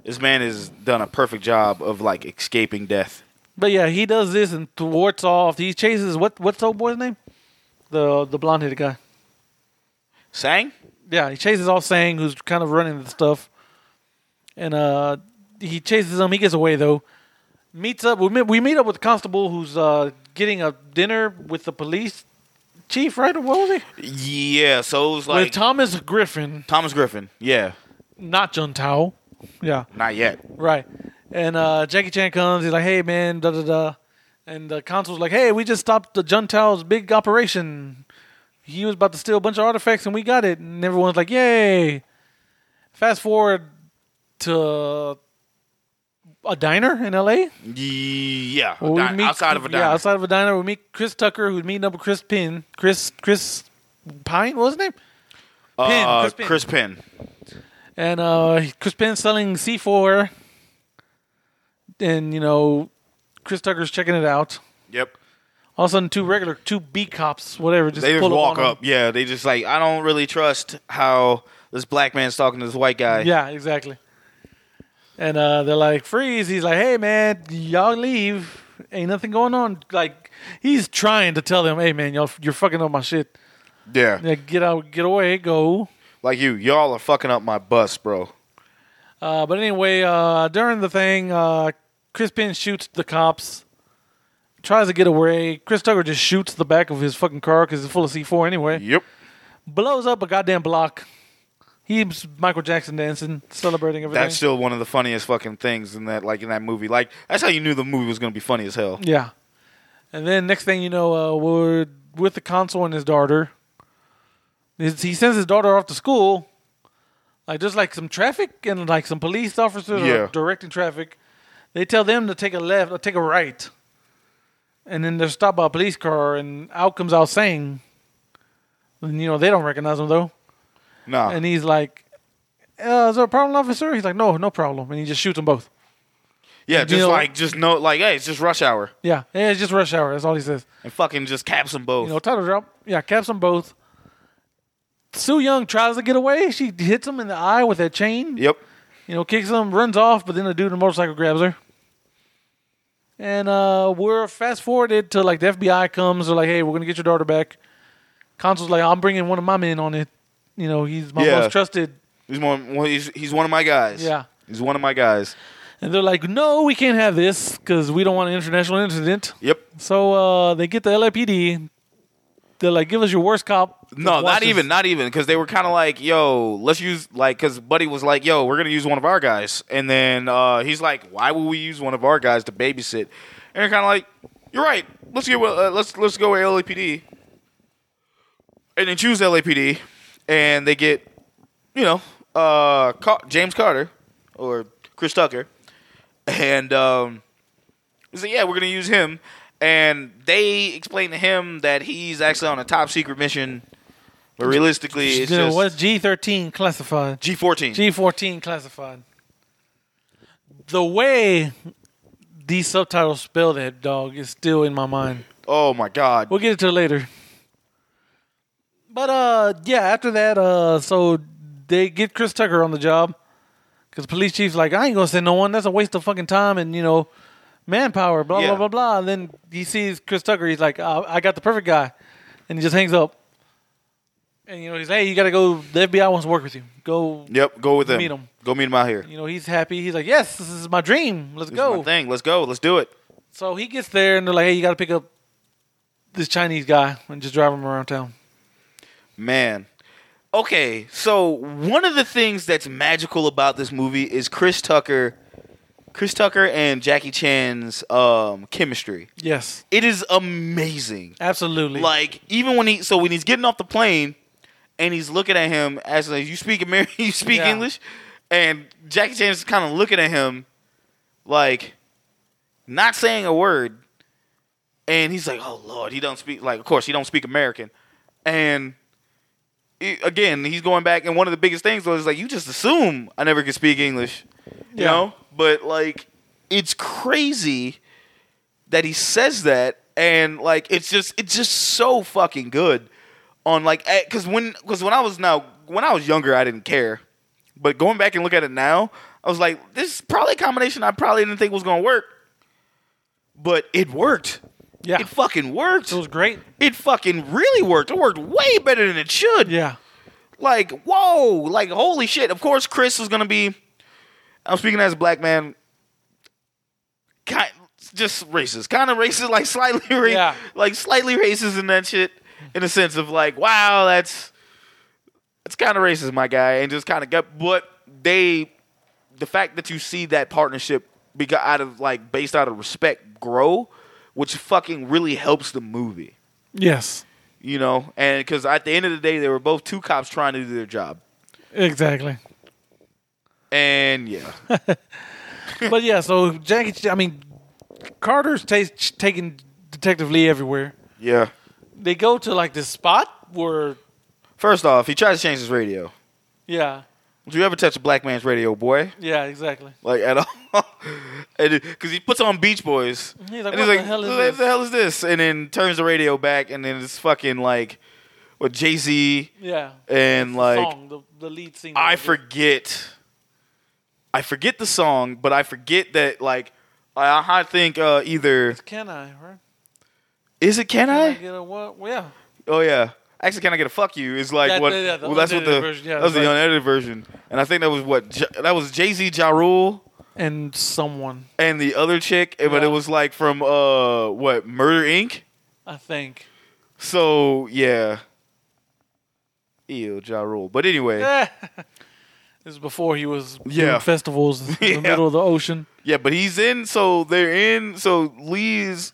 [SPEAKER 4] This man has done a perfect job of like escaping death.
[SPEAKER 5] But yeah, he does this and thwarts off. He chases what? What's the old boy's name? The the blonde headed guy.
[SPEAKER 4] Sang?
[SPEAKER 5] yeah, he chases off Sang, who's kind of running the stuff, and uh, he chases him. He gets away though. Meets up. We meet, we meet up with the constable who's uh, getting a dinner with the police chief, right? Or What was he?
[SPEAKER 4] Yeah. So it was
[SPEAKER 5] with
[SPEAKER 4] like
[SPEAKER 5] Thomas Griffin,
[SPEAKER 4] Thomas Griffin. Yeah.
[SPEAKER 5] not John Tao. Yeah,
[SPEAKER 4] Not yet.
[SPEAKER 5] right. And uh, Jackie Chan comes. He's like, "Hey, man, da da da," and the constable's like, "Hey, we just stopped the John Tao's big operation. He was about to steal a bunch of artifacts, and we got it." And everyone's like, "Yay!" Fast forward to a diner in L.A.
[SPEAKER 4] Yeah.
[SPEAKER 5] Well, we
[SPEAKER 4] Di-
[SPEAKER 5] meet-
[SPEAKER 4] outside of a dime.
[SPEAKER 5] Yeah, outside of a diner, we meet Chris Tucker, who's meeting up with Chris Pin. Chris Chris Pine, what was his name? Penn,
[SPEAKER 4] Uh,
[SPEAKER 5] Chris Penn.
[SPEAKER 4] Chris Penn.
[SPEAKER 5] And uh, Chris Penn's selling C4. And, you know, Chris Tucker's checking it out.
[SPEAKER 4] Yep.
[SPEAKER 5] All of a sudden, two regular, two B cops, whatever, just
[SPEAKER 4] They just
[SPEAKER 5] pull
[SPEAKER 4] walk
[SPEAKER 5] on him.
[SPEAKER 4] up. Yeah, they just like I don't really trust how this black man's talking to this white guy.
[SPEAKER 5] Yeah, exactly. And uh, they're like, freeze. He's like, hey, man, y'all leave. Ain't nothing going on. Like, he's trying to tell them, hey, man, y'all, you're fucking up my shit.
[SPEAKER 4] yeah.
[SPEAKER 5] Like, get out, get away, go.
[SPEAKER 4] Like you, y'all are fucking up my bus, bro.
[SPEAKER 5] Uh, but anyway, uh, during the thing, uh, Crispin shoots the cops, tries to get away. Chris Tucker just shoots the back of his fucking car because it's full of C4 anyway.
[SPEAKER 4] Yep.
[SPEAKER 5] Blows up a goddamn block. He's Michael Jackson dancing, celebrating everything.
[SPEAKER 4] That's still one of the funniest fucking things in that like in that movie. Like that's how you knew the movie was gonna be funny as hell.
[SPEAKER 5] Yeah. And then next thing you know, uh, we're with the consul and his daughter. His- He sends his daughter off to school. Like there's like some traffic and like some police officers
[SPEAKER 4] Yeah.
[SPEAKER 5] are directing traffic. They tell them to take a left or take a right. And then they're stopped by a police car and out comes out saying and you know, they don't recognize him though.
[SPEAKER 4] Nah.
[SPEAKER 5] And he's like, uh, is there a problem, officer? He's like, No, no problem. And he just shoots them both.
[SPEAKER 4] yeah, just
[SPEAKER 5] you know-
[SPEAKER 4] like just no like hey, it's just rush hour.
[SPEAKER 5] Yeah. Yeah, it's just rush hour, that's all he says.
[SPEAKER 4] And fucking just caps them both.
[SPEAKER 5] You know, title drop. Yeah, caps them both. Sue Young tries to get away. She hits him in the eye with that chain.
[SPEAKER 4] yep.
[SPEAKER 5] You know, kicks him, runs off, but then the dude in the motorcycle grabs her. And uh, we're fast forwarded to like the FBI comes. They're like, hey, we're going to get your daughter back. Consul's like, I'm bringing one of my men on it. You know, he's my
[SPEAKER 4] Yeah.
[SPEAKER 5] most trusted.
[SPEAKER 4] He's one one- he's, he's one of my guys.
[SPEAKER 5] Yeah.
[SPEAKER 4] He's one of my guys.
[SPEAKER 5] And they're like, no, we can't have this because we don't want an international incident.
[SPEAKER 4] Yep.
[SPEAKER 5] So uh, they get the LAPD. They're like, give us your worst cop.
[SPEAKER 4] No,
[SPEAKER 5] Watch
[SPEAKER 4] not
[SPEAKER 5] this.
[SPEAKER 4] even, not even, because they were kind of like, "Yo, let's use like," because Buddy was like, "Yo, we're gonna use one of our guys," and then uh, he's like, "Why would we use one of our guys to babysit?" And they're kind of like, "You're right. Let's get uh, let's let's go with LAPD," and then choose LAPD, and they get, you know, uh, Ca- James Carter or Chris Tucker, and um, He's like, yeah, we're gonna use him. And they explain to him that he's actually on a top secret mission. But realistically, it's
[SPEAKER 5] You know,
[SPEAKER 4] just
[SPEAKER 5] what's G13 classified?
[SPEAKER 4] G fourteen.
[SPEAKER 5] G14 classified. The way these subtitles spell that dog is still in my mind.
[SPEAKER 4] oh my god.
[SPEAKER 5] We'll get to it later. But uh, yeah, after that, uh, so they get Chris Tucker on the job because police chief's like, I ain't gonna send no one. That's a waste of fucking time and you know, manpower. Blah
[SPEAKER 4] Yeah.
[SPEAKER 5] blah blah blah. And then he sees Chris Tucker. He's like, "Uh, I got the perfect guy, and he just hangs up. And you know, he's hey, you gotta go. The FBI wants to work with you. Go.
[SPEAKER 4] Yep. Go with him.
[SPEAKER 5] Meet him.
[SPEAKER 4] Go meet him out here.
[SPEAKER 5] You know, he's happy. He's like, yes, this is my dream. Let's
[SPEAKER 4] This is my
[SPEAKER 5] go.
[SPEAKER 4] thing. Let's go. Let's do it.
[SPEAKER 5] So he gets there and they're like, hey, you gotta pick up this Chinese guy and just drive him around town.
[SPEAKER 4] Man. Okay, so one of the things that's magical about this movie is Chris Tucker, Chris Tucker and Jackie Chan's um, chemistry.
[SPEAKER 5] Yes.
[SPEAKER 4] It is amazing.
[SPEAKER 5] Absolutely.
[SPEAKER 4] Like even when he so when he's getting off the plane and he's looking at him as like you speak American you speak
[SPEAKER 5] Yeah.
[SPEAKER 4] English and Jackie Chan is kind of looking at him like not saying a word and he's like oh lord he don't speak like of course he don't speak American and he- again he's going back and one of the biggest things was like you just assume I never could speak English you
[SPEAKER 5] Yeah.
[SPEAKER 4] know but like it's crazy that he says that and like it's just it's just so fucking good on like because when because when i was now when i was younger i didn't care but going back and look at it now i was like this is probably a combination i probably didn't think was gonna work but it worked
[SPEAKER 5] yeah.
[SPEAKER 4] it fucking worked
[SPEAKER 5] it was great.
[SPEAKER 4] it fucking really worked it worked way better than it should
[SPEAKER 5] Yeah.
[SPEAKER 4] like whoa like holy shit of course chris is gonna be i'm speaking as a black man kind just racist kind of racist like slightly ra-
[SPEAKER 5] Yeah.
[SPEAKER 4] like slightly racist in that shit in a sense of like wow that's it's kind of racist my guy and just kind of got but they the fact that you see that partnership because out of like based out of respect grow which fucking really helps the movie
[SPEAKER 5] Yes.
[SPEAKER 4] you know and because at the end of the day they were both two cops trying to do their job
[SPEAKER 5] Exactly.
[SPEAKER 4] and yeah,
[SPEAKER 5] but yeah, so Jackie, Ch- I mean, Carter's ta- ch- taking Detective Lee everywhere.
[SPEAKER 4] yeah.
[SPEAKER 5] They go to like this spot where,
[SPEAKER 4] First off, he tried to change his radio.
[SPEAKER 5] yeah,
[SPEAKER 4] Would you ever touch a black man's radio, boy?
[SPEAKER 5] yeah, exactly.
[SPEAKER 4] Like at all? Because he puts on Beach Boys.
[SPEAKER 5] He's like,
[SPEAKER 4] and
[SPEAKER 5] "What the hell is this?"
[SPEAKER 4] the hell is this? And then turns the radio back, and then it's fucking like with Jay Z
[SPEAKER 5] Yeah.
[SPEAKER 4] and like
[SPEAKER 5] Song, the, the lead singer.
[SPEAKER 4] I forget. I forget the song, but I forget that like I, I think uh, either
[SPEAKER 5] Can I, right?
[SPEAKER 4] is it Can
[SPEAKER 5] Can I
[SPEAKER 4] I?
[SPEAKER 5] get a what? Well, yeah.
[SPEAKER 4] Oh yeah. Actually, can I get a fuck you? Is like
[SPEAKER 5] That-
[SPEAKER 4] what?
[SPEAKER 5] that- that- the
[SPEAKER 4] well, that's what the
[SPEAKER 5] unedited version, yeah,
[SPEAKER 4] that was
[SPEAKER 5] that's
[SPEAKER 4] the
[SPEAKER 5] right.
[SPEAKER 4] unedited version, and I think that was what J- that was Jay Z, Ja Rule,
[SPEAKER 5] and someone,
[SPEAKER 4] and the other chick, and- but it
[SPEAKER 5] Yeah.
[SPEAKER 4] was like from uh what Murder Inc.
[SPEAKER 5] I think.
[SPEAKER 4] So yeah, ew, Ja Rule. But anyway,
[SPEAKER 5] Eh. this is before he was
[SPEAKER 4] Yeah.
[SPEAKER 5] doing festivals in
[SPEAKER 4] Yeah.
[SPEAKER 5] the middle of the ocean.
[SPEAKER 4] Yeah, but he's in. So they're in. So Lee is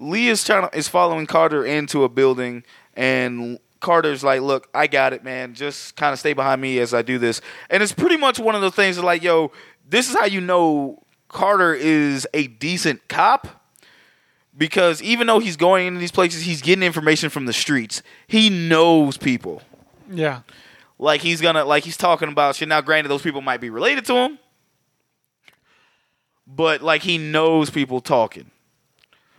[SPEAKER 4] Lee is trying to, is following Carter into a building, and Carter's like, "Look, I got it, man. Just kind of stay behind me as I do this." And it's pretty much one of those things that, like, yo, this is how you know Carter is a decent cop. Because even though he's going into these places, he's getting information from the streets. He knows people.
[SPEAKER 5] Yeah,
[SPEAKER 4] Like he's gonna like he's talking about shit. Now, granted, those people might be related to him, but like he knows people talking.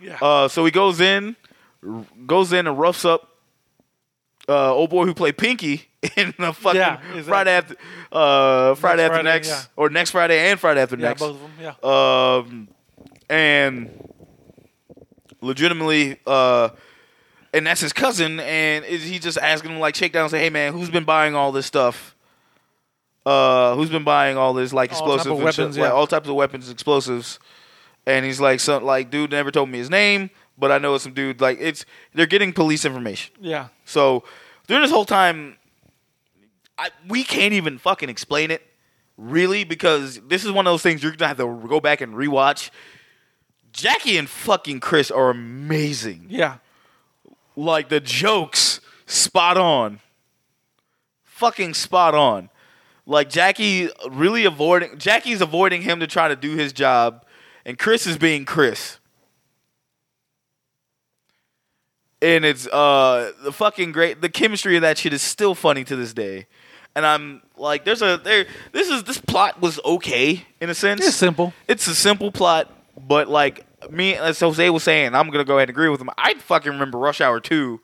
[SPEAKER 5] Yeah.
[SPEAKER 4] Uh, so he goes in, r- goes in and roughs up. Uh, old boy who played Pinky in the fucking
[SPEAKER 5] Yeah, exactly.
[SPEAKER 4] Friday after uh, Friday after
[SPEAKER 5] Friday,
[SPEAKER 4] next
[SPEAKER 5] yeah.
[SPEAKER 4] or next Friday and Friday after
[SPEAKER 5] yeah,
[SPEAKER 4] next.
[SPEAKER 5] both of them. Yeah,
[SPEAKER 4] Um, and legitimately, uh, and that's his cousin, and is he just asking him like shake down, say, hey man, who's been buying all this stuff? Uh, who's been buying all this like
[SPEAKER 5] All type
[SPEAKER 4] explosives,
[SPEAKER 5] of
[SPEAKER 4] and shit,
[SPEAKER 5] weapons,
[SPEAKER 4] like,
[SPEAKER 5] yeah.
[SPEAKER 4] all types of weapons, explosives? And he's like, some like dude never told me his name, but I know it's some dude. Like it's they're getting police information.
[SPEAKER 5] yeah.
[SPEAKER 4] So during this whole time, I, we can't even fucking explain it, really, because this is one of those things you're gonna have to go back and rewatch. Jackie and fucking Chris are amazing.
[SPEAKER 5] Yeah.
[SPEAKER 4] Like the jokes, spot on. Fucking spot on. Like Jackie really avoiding Jackie's avoiding him to try to do his job, and Chris is being Chris. and it's uh the fucking great the chemistry of that shit is still funny to this day and i'm like there's a there this is this plot was okay in a sense
[SPEAKER 5] It's simple.
[SPEAKER 4] it's a simple plot but like me as jose was saying i'm gonna go ahead and agree with him i fucking remember rush hour 2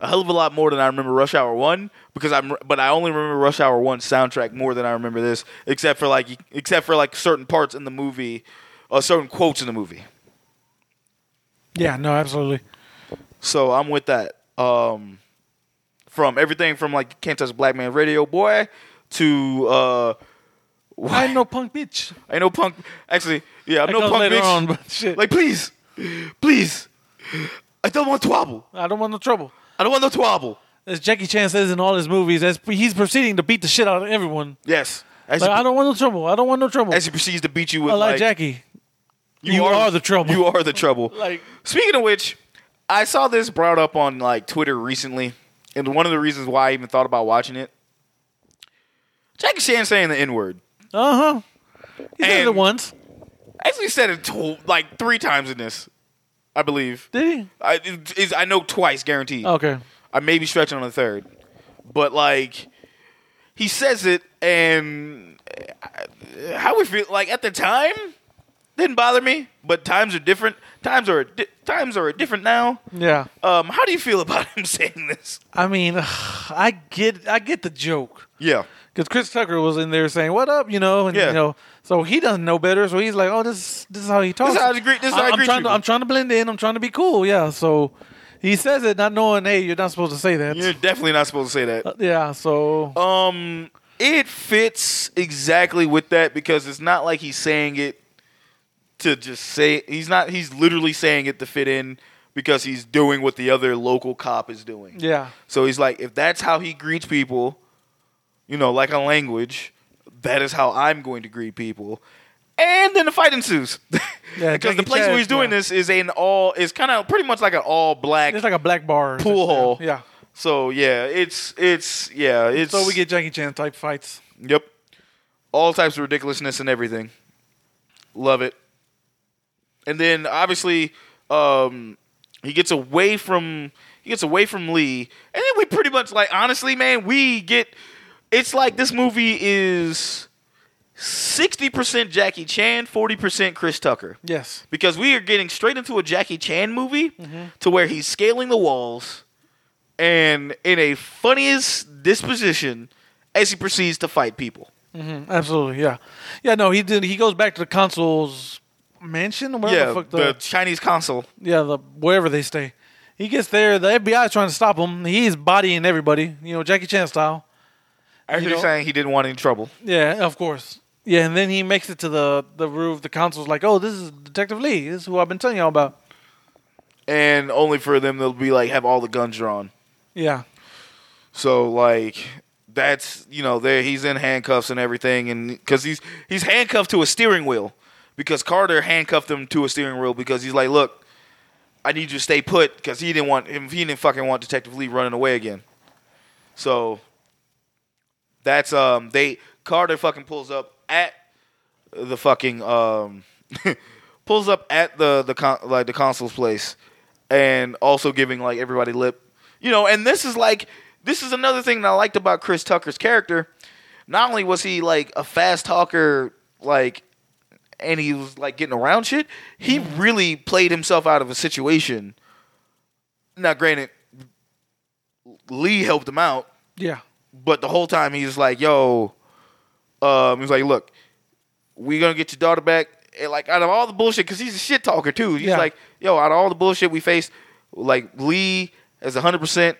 [SPEAKER 4] a hell of a lot more than i remember rush hour 1 because i'm but i only remember rush hour 1 soundtrack more than i remember this except for like except for like certain parts in the movie uh, certain quotes in the movie
[SPEAKER 5] Yeah, no, absolutely.
[SPEAKER 4] So I'm with that. Um, from everything from like Can't Touch a Black Man Radio Boy to uh,
[SPEAKER 5] I know punk bitch.
[SPEAKER 4] Ain't No Punk. Actually, yeah, I'm
[SPEAKER 5] That
[SPEAKER 4] no
[SPEAKER 5] comes
[SPEAKER 4] punk
[SPEAKER 5] later
[SPEAKER 4] bitch.
[SPEAKER 5] on, but shit.
[SPEAKER 4] Like, please, please, I don't want twabble.
[SPEAKER 5] I don't want no trouble.
[SPEAKER 4] I don't want no twabble.
[SPEAKER 5] As Jackie Chan says in all his movies, as he's proceeding to beat the shit out of everyone.
[SPEAKER 4] Yes, as,
[SPEAKER 5] Like,
[SPEAKER 4] he,
[SPEAKER 5] I don't want no trouble. I don't want no trouble.
[SPEAKER 4] as he proceeds to beat you with
[SPEAKER 5] I like,
[SPEAKER 4] like
[SPEAKER 5] Jackie. You, are, the trouble.
[SPEAKER 4] You are the trouble.
[SPEAKER 5] Like-
[SPEAKER 4] speaking of which, I saw this brought up on like Twitter recently, and one of the reasons why I even thought about watching it. Jackie Chan saying the N word.
[SPEAKER 5] Uh huh. He said
[SPEAKER 4] And-
[SPEAKER 5] it once.
[SPEAKER 4] actually said it tw- like three times in this, I believe.
[SPEAKER 5] Did
[SPEAKER 4] I it- it's- I know twice, guaranteed.
[SPEAKER 5] he? Okay.
[SPEAKER 4] I may be stretching on the third, but like he says it, and I- how we feel like at the time didn't bother me, but times are different. Times are di- times are different now.
[SPEAKER 5] Yeah.
[SPEAKER 4] Um, how do you feel about him saying this?
[SPEAKER 5] I mean, I get I get the joke.
[SPEAKER 4] Yeah,
[SPEAKER 5] Because Chris Tucker was in there saying, "What up?" You know, and
[SPEAKER 4] Yeah.
[SPEAKER 5] you know, so he doesn't know better. So he's like, "Oh, this this is how he talks.
[SPEAKER 4] how I agree- this is how I
[SPEAKER 5] I'm
[SPEAKER 4] greet
[SPEAKER 5] trying
[SPEAKER 4] people.
[SPEAKER 5] to I'm trying to blend in. I'm trying to be cool. Yeah. So he says it, not knowing, hey, you're not supposed to say that.
[SPEAKER 4] you're definitely not supposed to say that.
[SPEAKER 5] Yeah. So
[SPEAKER 4] Um, it fits exactly with that because it's not like he's saying it to just say he's not. He's literally saying it to fit in because he's doing what the other local cop is doing.
[SPEAKER 5] yeah,
[SPEAKER 4] So he's like, if that's how he greets people, you know, like a language, that is how I'm going to greet people. And then the fight ensues. because
[SPEAKER 5] Jackie
[SPEAKER 4] the place
[SPEAKER 5] Chan,
[SPEAKER 4] where he's doing
[SPEAKER 5] yeah.
[SPEAKER 4] this is an all is kind of pretty much like an all black.
[SPEAKER 5] it's like a black bar or
[SPEAKER 4] Pool
[SPEAKER 5] something.
[SPEAKER 4] hall.
[SPEAKER 5] Yeah.
[SPEAKER 4] so yeah, it's it's yeah, it's
[SPEAKER 5] So we get Jackie Chan type fights.
[SPEAKER 4] Yep. All types of ridiculousness and everything. Love it. And then obviously, um, he gets away from he gets away from Lee, and then we pretty much like honestly, man, we get. It's like this movie is sixty percent Jackie Chan, forty percent Chris Tucker
[SPEAKER 5] Yes.
[SPEAKER 4] because we are getting straight into a Jackie Chan movie
[SPEAKER 5] Mm-hmm.
[SPEAKER 4] to where he's scaling the walls and in a funniest disposition as he proceeds to fight people.
[SPEAKER 5] Mm, Absolutely. Yeah. Yeah. No, he did. He goes back to the consul's mansion. Where
[SPEAKER 4] yeah,
[SPEAKER 5] the fuck
[SPEAKER 4] the, Chinese consul.
[SPEAKER 5] yeah the wherever they stay. He gets there. The FBI is trying to stop him. He's bodying everybody, you know, Jackie Chan style.
[SPEAKER 4] I heard
[SPEAKER 5] You
[SPEAKER 4] you
[SPEAKER 5] know-
[SPEAKER 4] saying he didn't want any trouble.
[SPEAKER 5] Yeah, of course. Yeah, and then he makes it to the, the roof. The council's like, oh, this is Detective Lee. This is who I've been telling y'all about.
[SPEAKER 4] And only for them they'll be like have all the guns drawn.
[SPEAKER 5] Yeah.
[SPEAKER 4] So like that's you know there he's in handcuffs and everything, and because he's he's handcuffed to a steering wheel because Carter handcuffed him to a steering wheel because he's like, look, I need you to stay put because he didn't want him he didn't fucking want Detective Lee running away again. So that's um they Carter fucking pulls up at the fucking um pulls up at the the con- like the consul's place and also giving like everybody lip. You know, and this is like this is another thing that I liked about Chris Tucker's character. Not only was he like a fast talker like and he was like getting around shit, he really played himself out of a situation. Now granted Lee helped him out,
[SPEAKER 5] Yeah.
[SPEAKER 4] but the whole time he's like, yo, um, he's like, look, we gonna get your daughter back. And like out of all the bullshit, because he's a shit talker too. He's
[SPEAKER 5] Yeah.
[SPEAKER 4] like, yo, out of all the bullshit we face, like Lee is hundred percent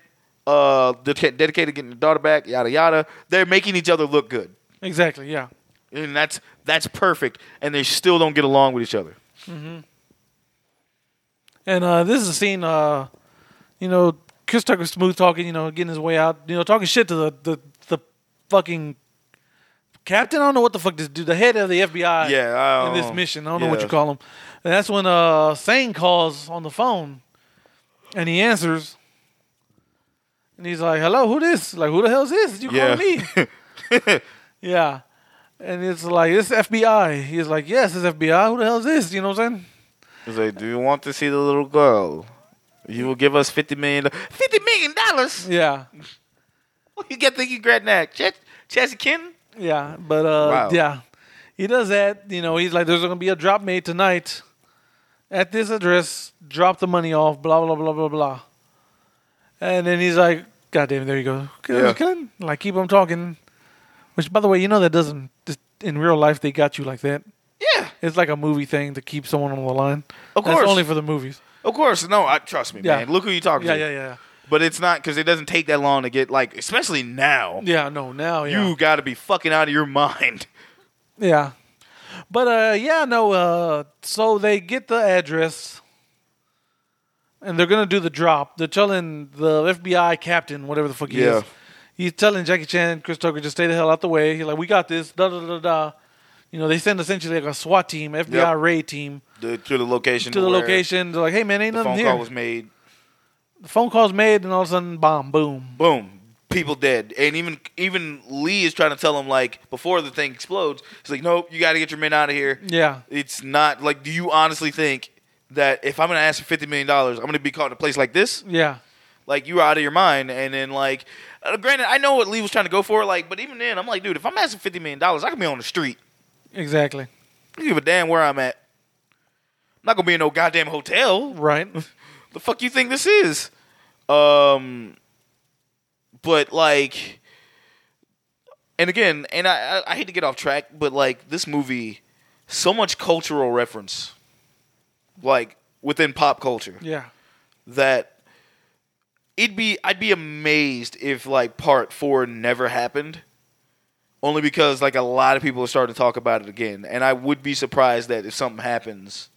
[SPEAKER 4] uh dedica- dedicated to getting the daughter back. Yada yada. They're making each other look good,
[SPEAKER 5] Exactly. Yeah.
[SPEAKER 4] and that's that's perfect. And they still don't get along with each other.
[SPEAKER 5] And uh, this is a scene, uh, you know, Chris Tucker smooth talking, you know, getting his way out, you know, talking shit to the, the, the fucking captain. I don't know what the fuck this dude, the head of the FBI
[SPEAKER 4] Yeah, I
[SPEAKER 5] Uh, in
[SPEAKER 4] don't-
[SPEAKER 5] this mission. I don't know what
[SPEAKER 4] yeah.
[SPEAKER 5] you call him. And that's when uh, Sane calls on the phone and he answers. And he's like, hello, who this? Like, who the hell's this? You
[SPEAKER 4] Yeah.
[SPEAKER 5] calling me? yeah. And it's like, it's FBI. He's like, yes, it's FBI. Who the hell is this? You know what I'm saying?
[SPEAKER 4] He's like, do you want to see the little girl? You will give us fifty million. Fifty million dollars?
[SPEAKER 5] Yeah.
[SPEAKER 4] You get the you grab that? Ch- Chelsea Kenton?
[SPEAKER 5] Yeah, but uh,
[SPEAKER 4] Wow.
[SPEAKER 5] yeah, he does that. You know, he's like, "There's gonna be a drop made tonight at this address. Drop the money off." Blah blah blah blah blah. And then he's like, "God damn, it, there you go." Can-
[SPEAKER 4] Yeah.
[SPEAKER 5] can- Like keep on talking. Which, by the way, you know that doesn't just in real life they got you like that.
[SPEAKER 4] Yeah.
[SPEAKER 5] It's like a movie thing to keep someone on the line.
[SPEAKER 4] Of
[SPEAKER 5] That's
[SPEAKER 4] course.
[SPEAKER 5] only for the movies.
[SPEAKER 4] Of course, no. I trust me,
[SPEAKER 5] Yeah.
[SPEAKER 4] man. Look who you talking
[SPEAKER 5] Yeah,
[SPEAKER 4] to.
[SPEAKER 5] yeah, yeah,
[SPEAKER 4] But it's not because it doesn't take that long to get like, especially now.
[SPEAKER 5] yeah. No, now yeah.
[SPEAKER 4] You got to be fucking out of your mind.
[SPEAKER 5] Yeah. But uh yeah, no, uh so they get the address and they're gonna do the drop. They're telling the FBI captain, whatever the fuck he
[SPEAKER 4] Yeah.
[SPEAKER 5] is. He's telling Jackie Chan, Chris Tucker, just stay the hell out the way. He's like, We got this, da da da da. You know, they send essentially like a SWAT team, FBI
[SPEAKER 4] Yep.
[SPEAKER 5] raid team
[SPEAKER 4] The, to the location.
[SPEAKER 5] to the
[SPEAKER 4] where
[SPEAKER 5] location. They're like, Hey man, ain't
[SPEAKER 4] The phone
[SPEAKER 5] nothing
[SPEAKER 4] call
[SPEAKER 5] here.
[SPEAKER 4] was made.
[SPEAKER 5] the phone call's made and all of a sudden bomb, boom.
[SPEAKER 4] Boom. People dead. And even even Lee is trying to tell him like before the thing explodes. He's like, nope. You got to get your men out of here.
[SPEAKER 5] Yeah.
[SPEAKER 4] It's not like. Do you honestly think that if I'm gonna ask for fifty million dollars, I'm gonna be caught in a place like this?
[SPEAKER 5] Yeah.
[SPEAKER 4] Like you were out of your mind, and then like, uh, granted, I know what Lee was trying to go for, like, but even then, I'm like, dude, if I'm asking fifty million dollars, I could be on the street.
[SPEAKER 5] Exactly.
[SPEAKER 4] I don't give a damn where I'm at. I'm not gonna be in no goddamn hotel.
[SPEAKER 5] Right.
[SPEAKER 4] The fuck you think this is? Um, but like, and again, and I, I I hate to get off track, but like this movie, so much cultural reference, like within pop culture
[SPEAKER 5] yeah.
[SPEAKER 4] that it'd be I'd be amazed if like part four never happened. Only because like a lot of people are starting to talk about it again, and I would be surprised that if something happens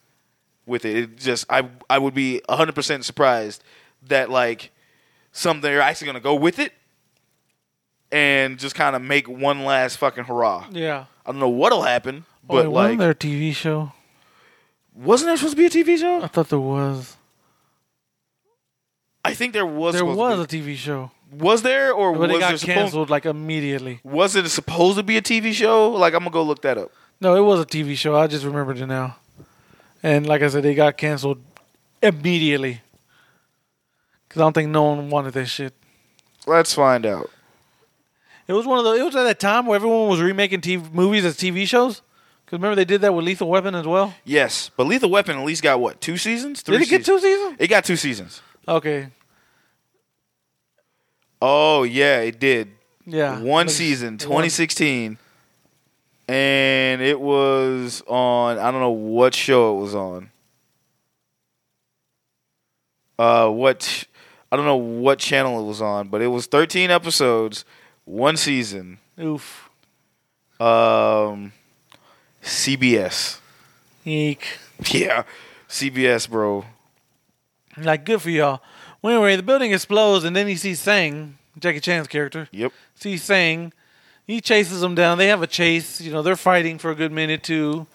[SPEAKER 4] with it, it just I I would be hundred percent surprised that like something are actually gonna go with it and just kind of make one last fucking hurrah.
[SPEAKER 5] Yeah. Oh,
[SPEAKER 4] I don't know what'll happen, but
[SPEAKER 5] Wait,
[SPEAKER 4] like
[SPEAKER 5] wasn't there a TV show?
[SPEAKER 4] wasn't there supposed to be a TV
[SPEAKER 5] I
[SPEAKER 4] show?
[SPEAKER 5] thought there was.
[SPEAKER 4] I think there was.
[SPEAKER 5] There
[SPEAKER 4] supposed to
[SPEAKER 5] was a TV show,
[SPEAKER 4] be. was there or was
[SPEAKER 5] but it got
[SPEAKER 4] there supposed?
[SPEAKER 5] canceled like immediately.
[SPEAKER 4] Was it supposed to be a TV show? Like I'm gonna go look that up.
[SPEAKER 5] No, it was a TV show. I just remembered it now. And like I said, it got canceled immediately because I don't think no one wanted that shit.
[SPEAKER 4] Let's find out.
[SPEAKER 5] It was one of those. It was at that time where everyone was remaking TV, movies as TV shows. Because remember they did that with Lethal Weapon as well.
[SPEAKER 4] Yes, but Lethal Weapon at least got what two seasons? Three
[SPEAKER 5] Did it get two
[SPEAKER 4] seasons?
[SPEAKER 5] seasons?
[SPEAKER 4] It got two seasons.
[SPEAKER 5] Okay,
[SPEAKER 4] Oh yeah, it did.
[SPEAKER 5] yeah.
[SPEAKER 4] One
[SPEAKER 5] Like,
[SPEAKER 4] season,
[SPEAKER 5] one-
[SPEAKER 4] 2016, and it was on. I don't know what show it was on. uh, what I don't know what channel it was on, but it was 13 episodes, one season.
[SPEAKER 5] Oof.
[SPEAKER 4] Um, CBS.
[SPEAKER 5] Eek.
[SPEAKER 4] Yeah, CBS, bro.
[SPEAKER 5] Like, good for y'all. Well, anyway, the building explodes, and then he sees Sang, Jackie Chan's character.
[SPEAKER 4] Yep.
[SPEAKER 5] Sees Sang. He chases them down. They have a chase. You know, they're fighting for a good minute, too.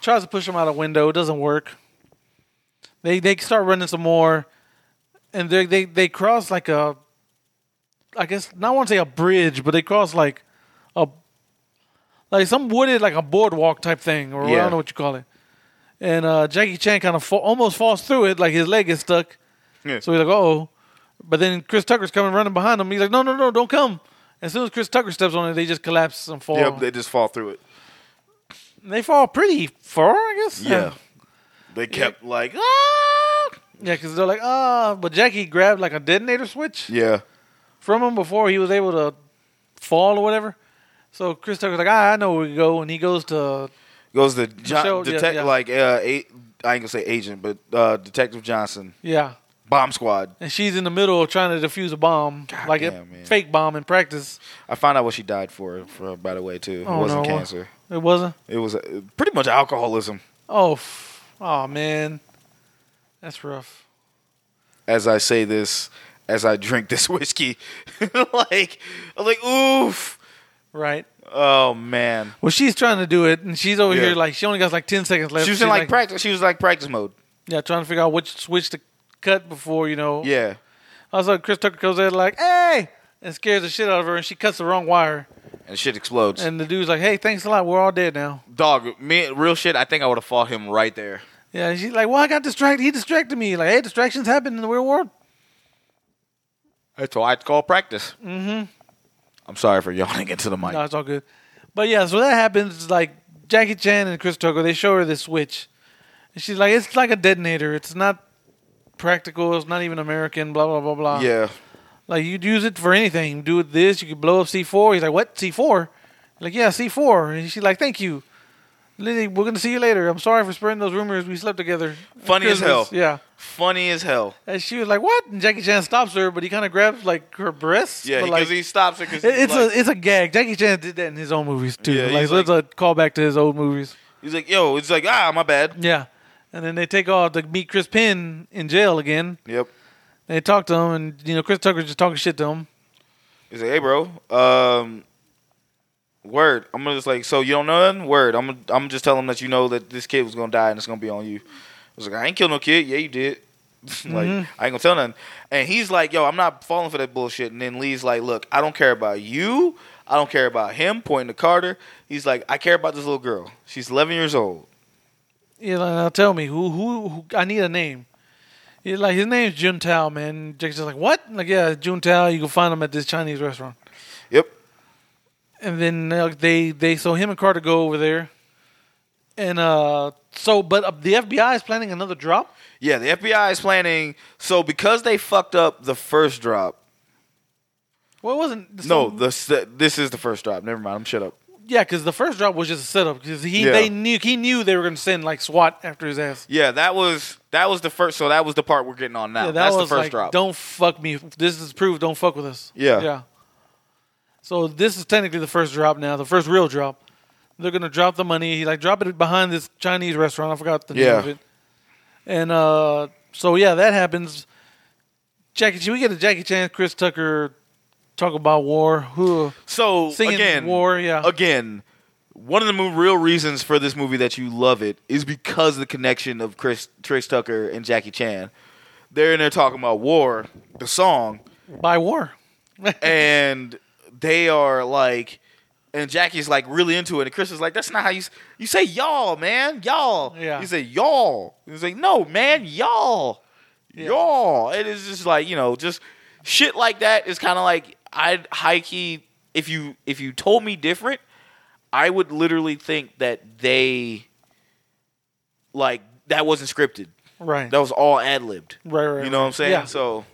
[SPEAKER 5] Tries to push him out a window. It doesn't work. They they start running some more, and they they they cross like a, I guess not want to say a bridge, but they cross like a, like some wooded like a boardwalk type thing, or I
[SPEAKER 4] Yeah.
[SPEAKER 5] don't know what you call it. And uh, Jackie Chan kind of fa- almost falls through it, like his leg is stuck.
[SPEAKER 4] Yeah.
[SPEAKER 5] So he's like, oh. But then Chris Tucker's coming running behind him. He's like, no, no, no, don't come. As soon as Chris Tucker steps on it, they just collapse and fall.
[SPEAKER 4] Yep, they
[SPEAKER 5] they,
[SPEAKER 4] just fall through it.
[SPEAKER 5] fall pretty far, I guess.
[SPEAKER 4] They kept like, ah!
[SPEAKER 5] Yeah, because they're like, ah. But Jackie grabbed like a detonator switch
[SPEAKER 4] Yeah.
[SPEAKER 5] from him before he was able to fall or whatever. So Chris Tucker's like, ah, I know where we go. And he goes to,
[SPEAKER 4] Goes the jo-
[SPEAKER 5] Michelle, yeah,
[SPEAKER 4] detect
[SPEAKER 5] yeah.
[SPEAKER 4] like uh, a- I ain't gonna say agent, but uh, Detective Johnson,
[SPEAKER 5] yeah.
[SPEAKER 4] bomb squad.
[SPEAKER 5] And she's in the middle of trying to defuse a bomb, like a
[SPEAKER 4] damn, man.
[SPEAKER 5] fake bomb in practice.
[SPEAKER 4] I found out what she died for, for by the way, too.
[SPEAKER 5] Oh,
[SPEAKER 4] it wasn't
[SPEAKER 5] no.
[SPEAKER 4] cancer.
[SPEAKER 5] It wasn't.
[SPEAKER 4] It was uh, pretty much alcoholism,
[SPEAKER 5] Oh, f- oh man, that's rough.
[SPEAKER 4] as I say this, as I drink this whiskey. like, I'm like, oof.
[SPEAKER 5] Right.
[SPEAKER 4] Oh, man.
[SPEAKER 5] Well, she's trying to do it, and she's over
[SPEAKER 4] Yeah.
[SPEAKER 5] here like she only got like ten seconds left.
[SPEAKER 4] She was
[SPEAKER 5] She's
[SPEAKER 4] in like, practice. She was like practice mode.
[SPEAKER 5] yeah, trying to figure out which switch to cut before you know.
[SPEAKER 4] Yeah.
[SPEAKER 5] Also, Chris Tucker comes in like, "Hey!" and scares the shit out of her, and she cuts the wrong wire.
[SPEAKER 4] And shit explodes.
[SPEAKER 5] And the dude's like, "Hey, thanks a lot. We're all dead now."
[SPEAKER 4] Dog, me, real shit, I think I would have fought him right there.
[SPEAKER 5] Yeah, and she's like, "Well, I got distracted. He distracted me." Like, hey, distractions happen in the real world.
[SPEAKER 4] That's why it's called practice. Mm-hmm. I'm sorry for yawning into the mic.
[SPEAKER 5] No, it's all good. But yeah, so that happens. Like Jackie Chan and Chris Tucker, they show her this switch, and she's like, "It's like a detonator. It's not practical. It's not even American. Blah blah blah blah."
[SPEAKER 4] yeah.
[SPEAKER 5] Like you'd use it for anything. You do it this. You could blow up C four. He's like, "What C 4 Like, yeah, C four. And she's like, "Thank you." Lily, we're gonna see you later. I'm sorry for spreading those rumors. We slept together.
[SPEAKER 4] Funny as hell.
[SPEAKER 5] Christmas." Yeah,
[SPEAKER 4] Funny as hell.
[SPEAKER 5] and she was like, "What?" And Jackie Chan stops her, but he kind of grabs like her breasts.
[SPEAKER 4] Yeah,
[SPEAKER 5] but,
[SPEAKER 4] because
[SPEAKER 5] like,
[SPEAKER 4] he stops it because
[SPEAKER 5] it- it's a it's a gag. Jackie Chan did that in his own movies too.
[SPEAKER 4] Yeah,
[SPEAKER 5] like,
[SPEAKER 4] he's
[SPEAKER 5] so it's a callback to his old movies.
[SPEAKER 4] he's like, yo, it's like, ah, my bad.
[SPEAKER 5] Yeah, and then they take off to meet Chris Penn in jail again.
[SPEAKER 4] Yep.
[SPEAKER 5] They talk to him, and you know Chris Tucker's just talking shit to him.
[SPEAKER 4] He's like, hey, bro, um, word. I'm gonna just like, so you don't know nothing? Word. I'm gonna, I'm gonna just tell him that you know that this kid was gonna die and it's gonna be on you. I was like, I ain't killed no kid. Yeah, you did. like, I ain't gonna tell nothing. And he's like, yo, I'm not falling for that bullshit. And then Lee's like, look, I don't care about you. I don't care about him. Pointing to Carter. He's like, I care about this little girl. She's 11 years old.
[SPEAKER 5] You know, now tell me who, who who I need a name. He's like his name's Jun Tao, man. Jackie's just like what? Like yeah, Jun Tao. You can find him at this Chinese restaurant.
[SPEAKER 4] Yep.
[SPEAKER 5] And then uh, they they so him and Carter go over there, and uh so but uh, the FBI is planning another drop.
[SPEAKER 4] Yeah, the FBI is planning. So because they fucked up the first drop.
[SPEAKER 5] Well, it wasn't
[SPEAKER 4] No, the se- this is the first drop. Never mind. I'm shut up.
[SPEAKER 5] Yeah, because the first drop was just a setup. Because he
[SPEAKER 4] Yeah.
[SPEAKER 5] they knew he knew they were going to send like SWAT after his ass.
[SPEAKER 4] Yeah, that was that was the first. So that was the part we're getting on now.
[SPEAKER 5] Yeah, that
[SPEAKER 4] That's
[SPEAKER 5] was
[SPEAKER 4] the first
[SPEAKER 5] like,
[SPEAKER 4] drop.
[SPEAKER 5] Don't fuck me. This is proof. Don't fuck with us.
[SPEAKER 4] Yeah.
[SPEAKER 5] yeah. So this is technically the first drop now. The first real drop. They're gonna drop the money. He like drop it behind this Chinese restaurant. I forgot the name
[SPEAKER 4] Yeah.
[SPEAKER 5] of it. And uh, so yeah, that happens. Jackie, Chan- we get a Jackie Chan, Chris Tucker talk about war. Who?
[SPEAKER 4] so
[SPEAKER 5] Singing
[SPEAKER 4] again,
[SPEAKER 5] war, yeah.
[SPEAKER 4] Again, one of the mo- real reasons for this movie that you love it is because of the connection of Chris Trish Tucker and Jackie Chan. They're in there talking about war, the song,
[SPEAKER 5] By war.
[SPEAKER 4] and they are like, and Jackie's like really into it, and Chris is like, "That's not how you s- you say y'all, man, y'all."
[SPEAKER 5] Yeah.
[SPEAKER 4] He said y'all. He's like, "No, man, y'all, y'all." It is just like you know, just shit like that is kind of like I high key. If you if you told me different, I would literally think that they like that wasn't scripted.
[SPEAKER 5] Right.
[SPEAKER 4] That was all ad libbed.
[SPEAKER 5] Right, right,
[SPEAKER 4] You know what I'm
[SPEAKER 5] right.
[SPEAKER 4] saying?
[SPEAKER 5] Yeah.
[SPEAKER 4] So.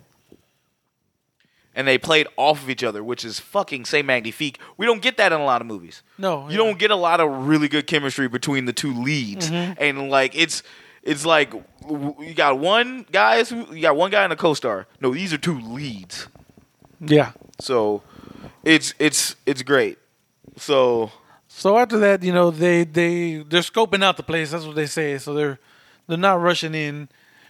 [SPEAKER 4] And they played off of each other, which is fucking say magnifique. We don't get that in a lot of movies.
[SPEAKER 5] No,
[SPEAKER 4] you
[SPEAKER 5] Oh, yeah. Mm-hmm.
[SPEAKER 4] don't get a lot of really good chemistry between the two leads, and like it's It's like w- w- you got one guys, you got one guy and a co-star. No, these are two leads.
[SPEAKER 5] Yeah.
[SPEAKER 4] So it's it's it's great. So
[SPEAKER 5] So after that, you know, they they they're scoping out the place. That's what they say. So they're they're not rushing in.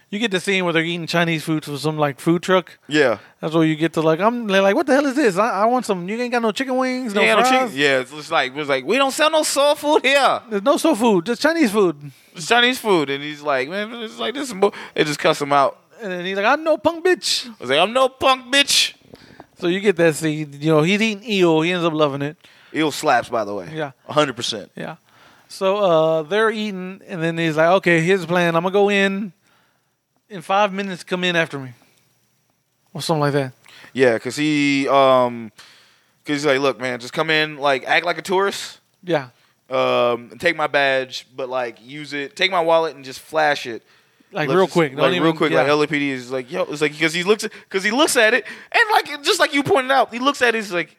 [SPEAKER 5] You get the scene where they're eating Chinese food from some like food truck.
[SPEAKER 4] yeah,
[SPEAKER 5] That's where you get to like I'm they're like, what the hell is this? I, I want some. You ain't got no chicken wings, no
[SPEAKER 4] Yeah, no
[SPEAKER 5] fries.
[SPEAKER 4] chicken- yeah, it's just like it's like we don't sell no soul food here.
[SPEAKER 5] There's no soul food, just Chinese food.
[SPEAKER 4] It's Chinese food, and he's like, man, it's like this. Is mo-. It just cuss him out.
[SPEAKER 5] And then he's like, I'm no punk bitch.
[SPEAKER 4] I was like, I'm no punk bitch.
[SPEAKER 5] So you get that scene. You know, he's eating eel. He ends up loving it.
[SPEAKER 4] Eel slaps, by the way.
[SPEAKER 5] Yeah.
[SPEAKER 4] hundred percent.
[SPEAKER 5] Yeah. So uh, they're eating, and then he's like, okay, here's the plan. I'm gonna go in. In five minutes, come in after me. Or something like that.
[SPEAKER 4] Yeah, cause he um, cause he's like, look, man, just come in, like act like a tourist,
[SPEAKER 5] Yeah.
[SPEAKER 4] um, and take my badge, but like use it, take my wallet and just flash it.
[SPEAKER 5] Like
[SPEAKER 4] Let's
[SPEAKER 5] real
[SPEAKER 4] just-
[SPEAKER 5] quick.
[SPEAKER 4] like
[SPEAKER 5] Don't even-
[SPEAKER 4] real quick,
[SPEAKER 5] yeah.
[SPEAKER 4] like LAPD is like, yo, it's like because he looks, because he looks at it, and like just like you pointed out, he looks at it, he's like,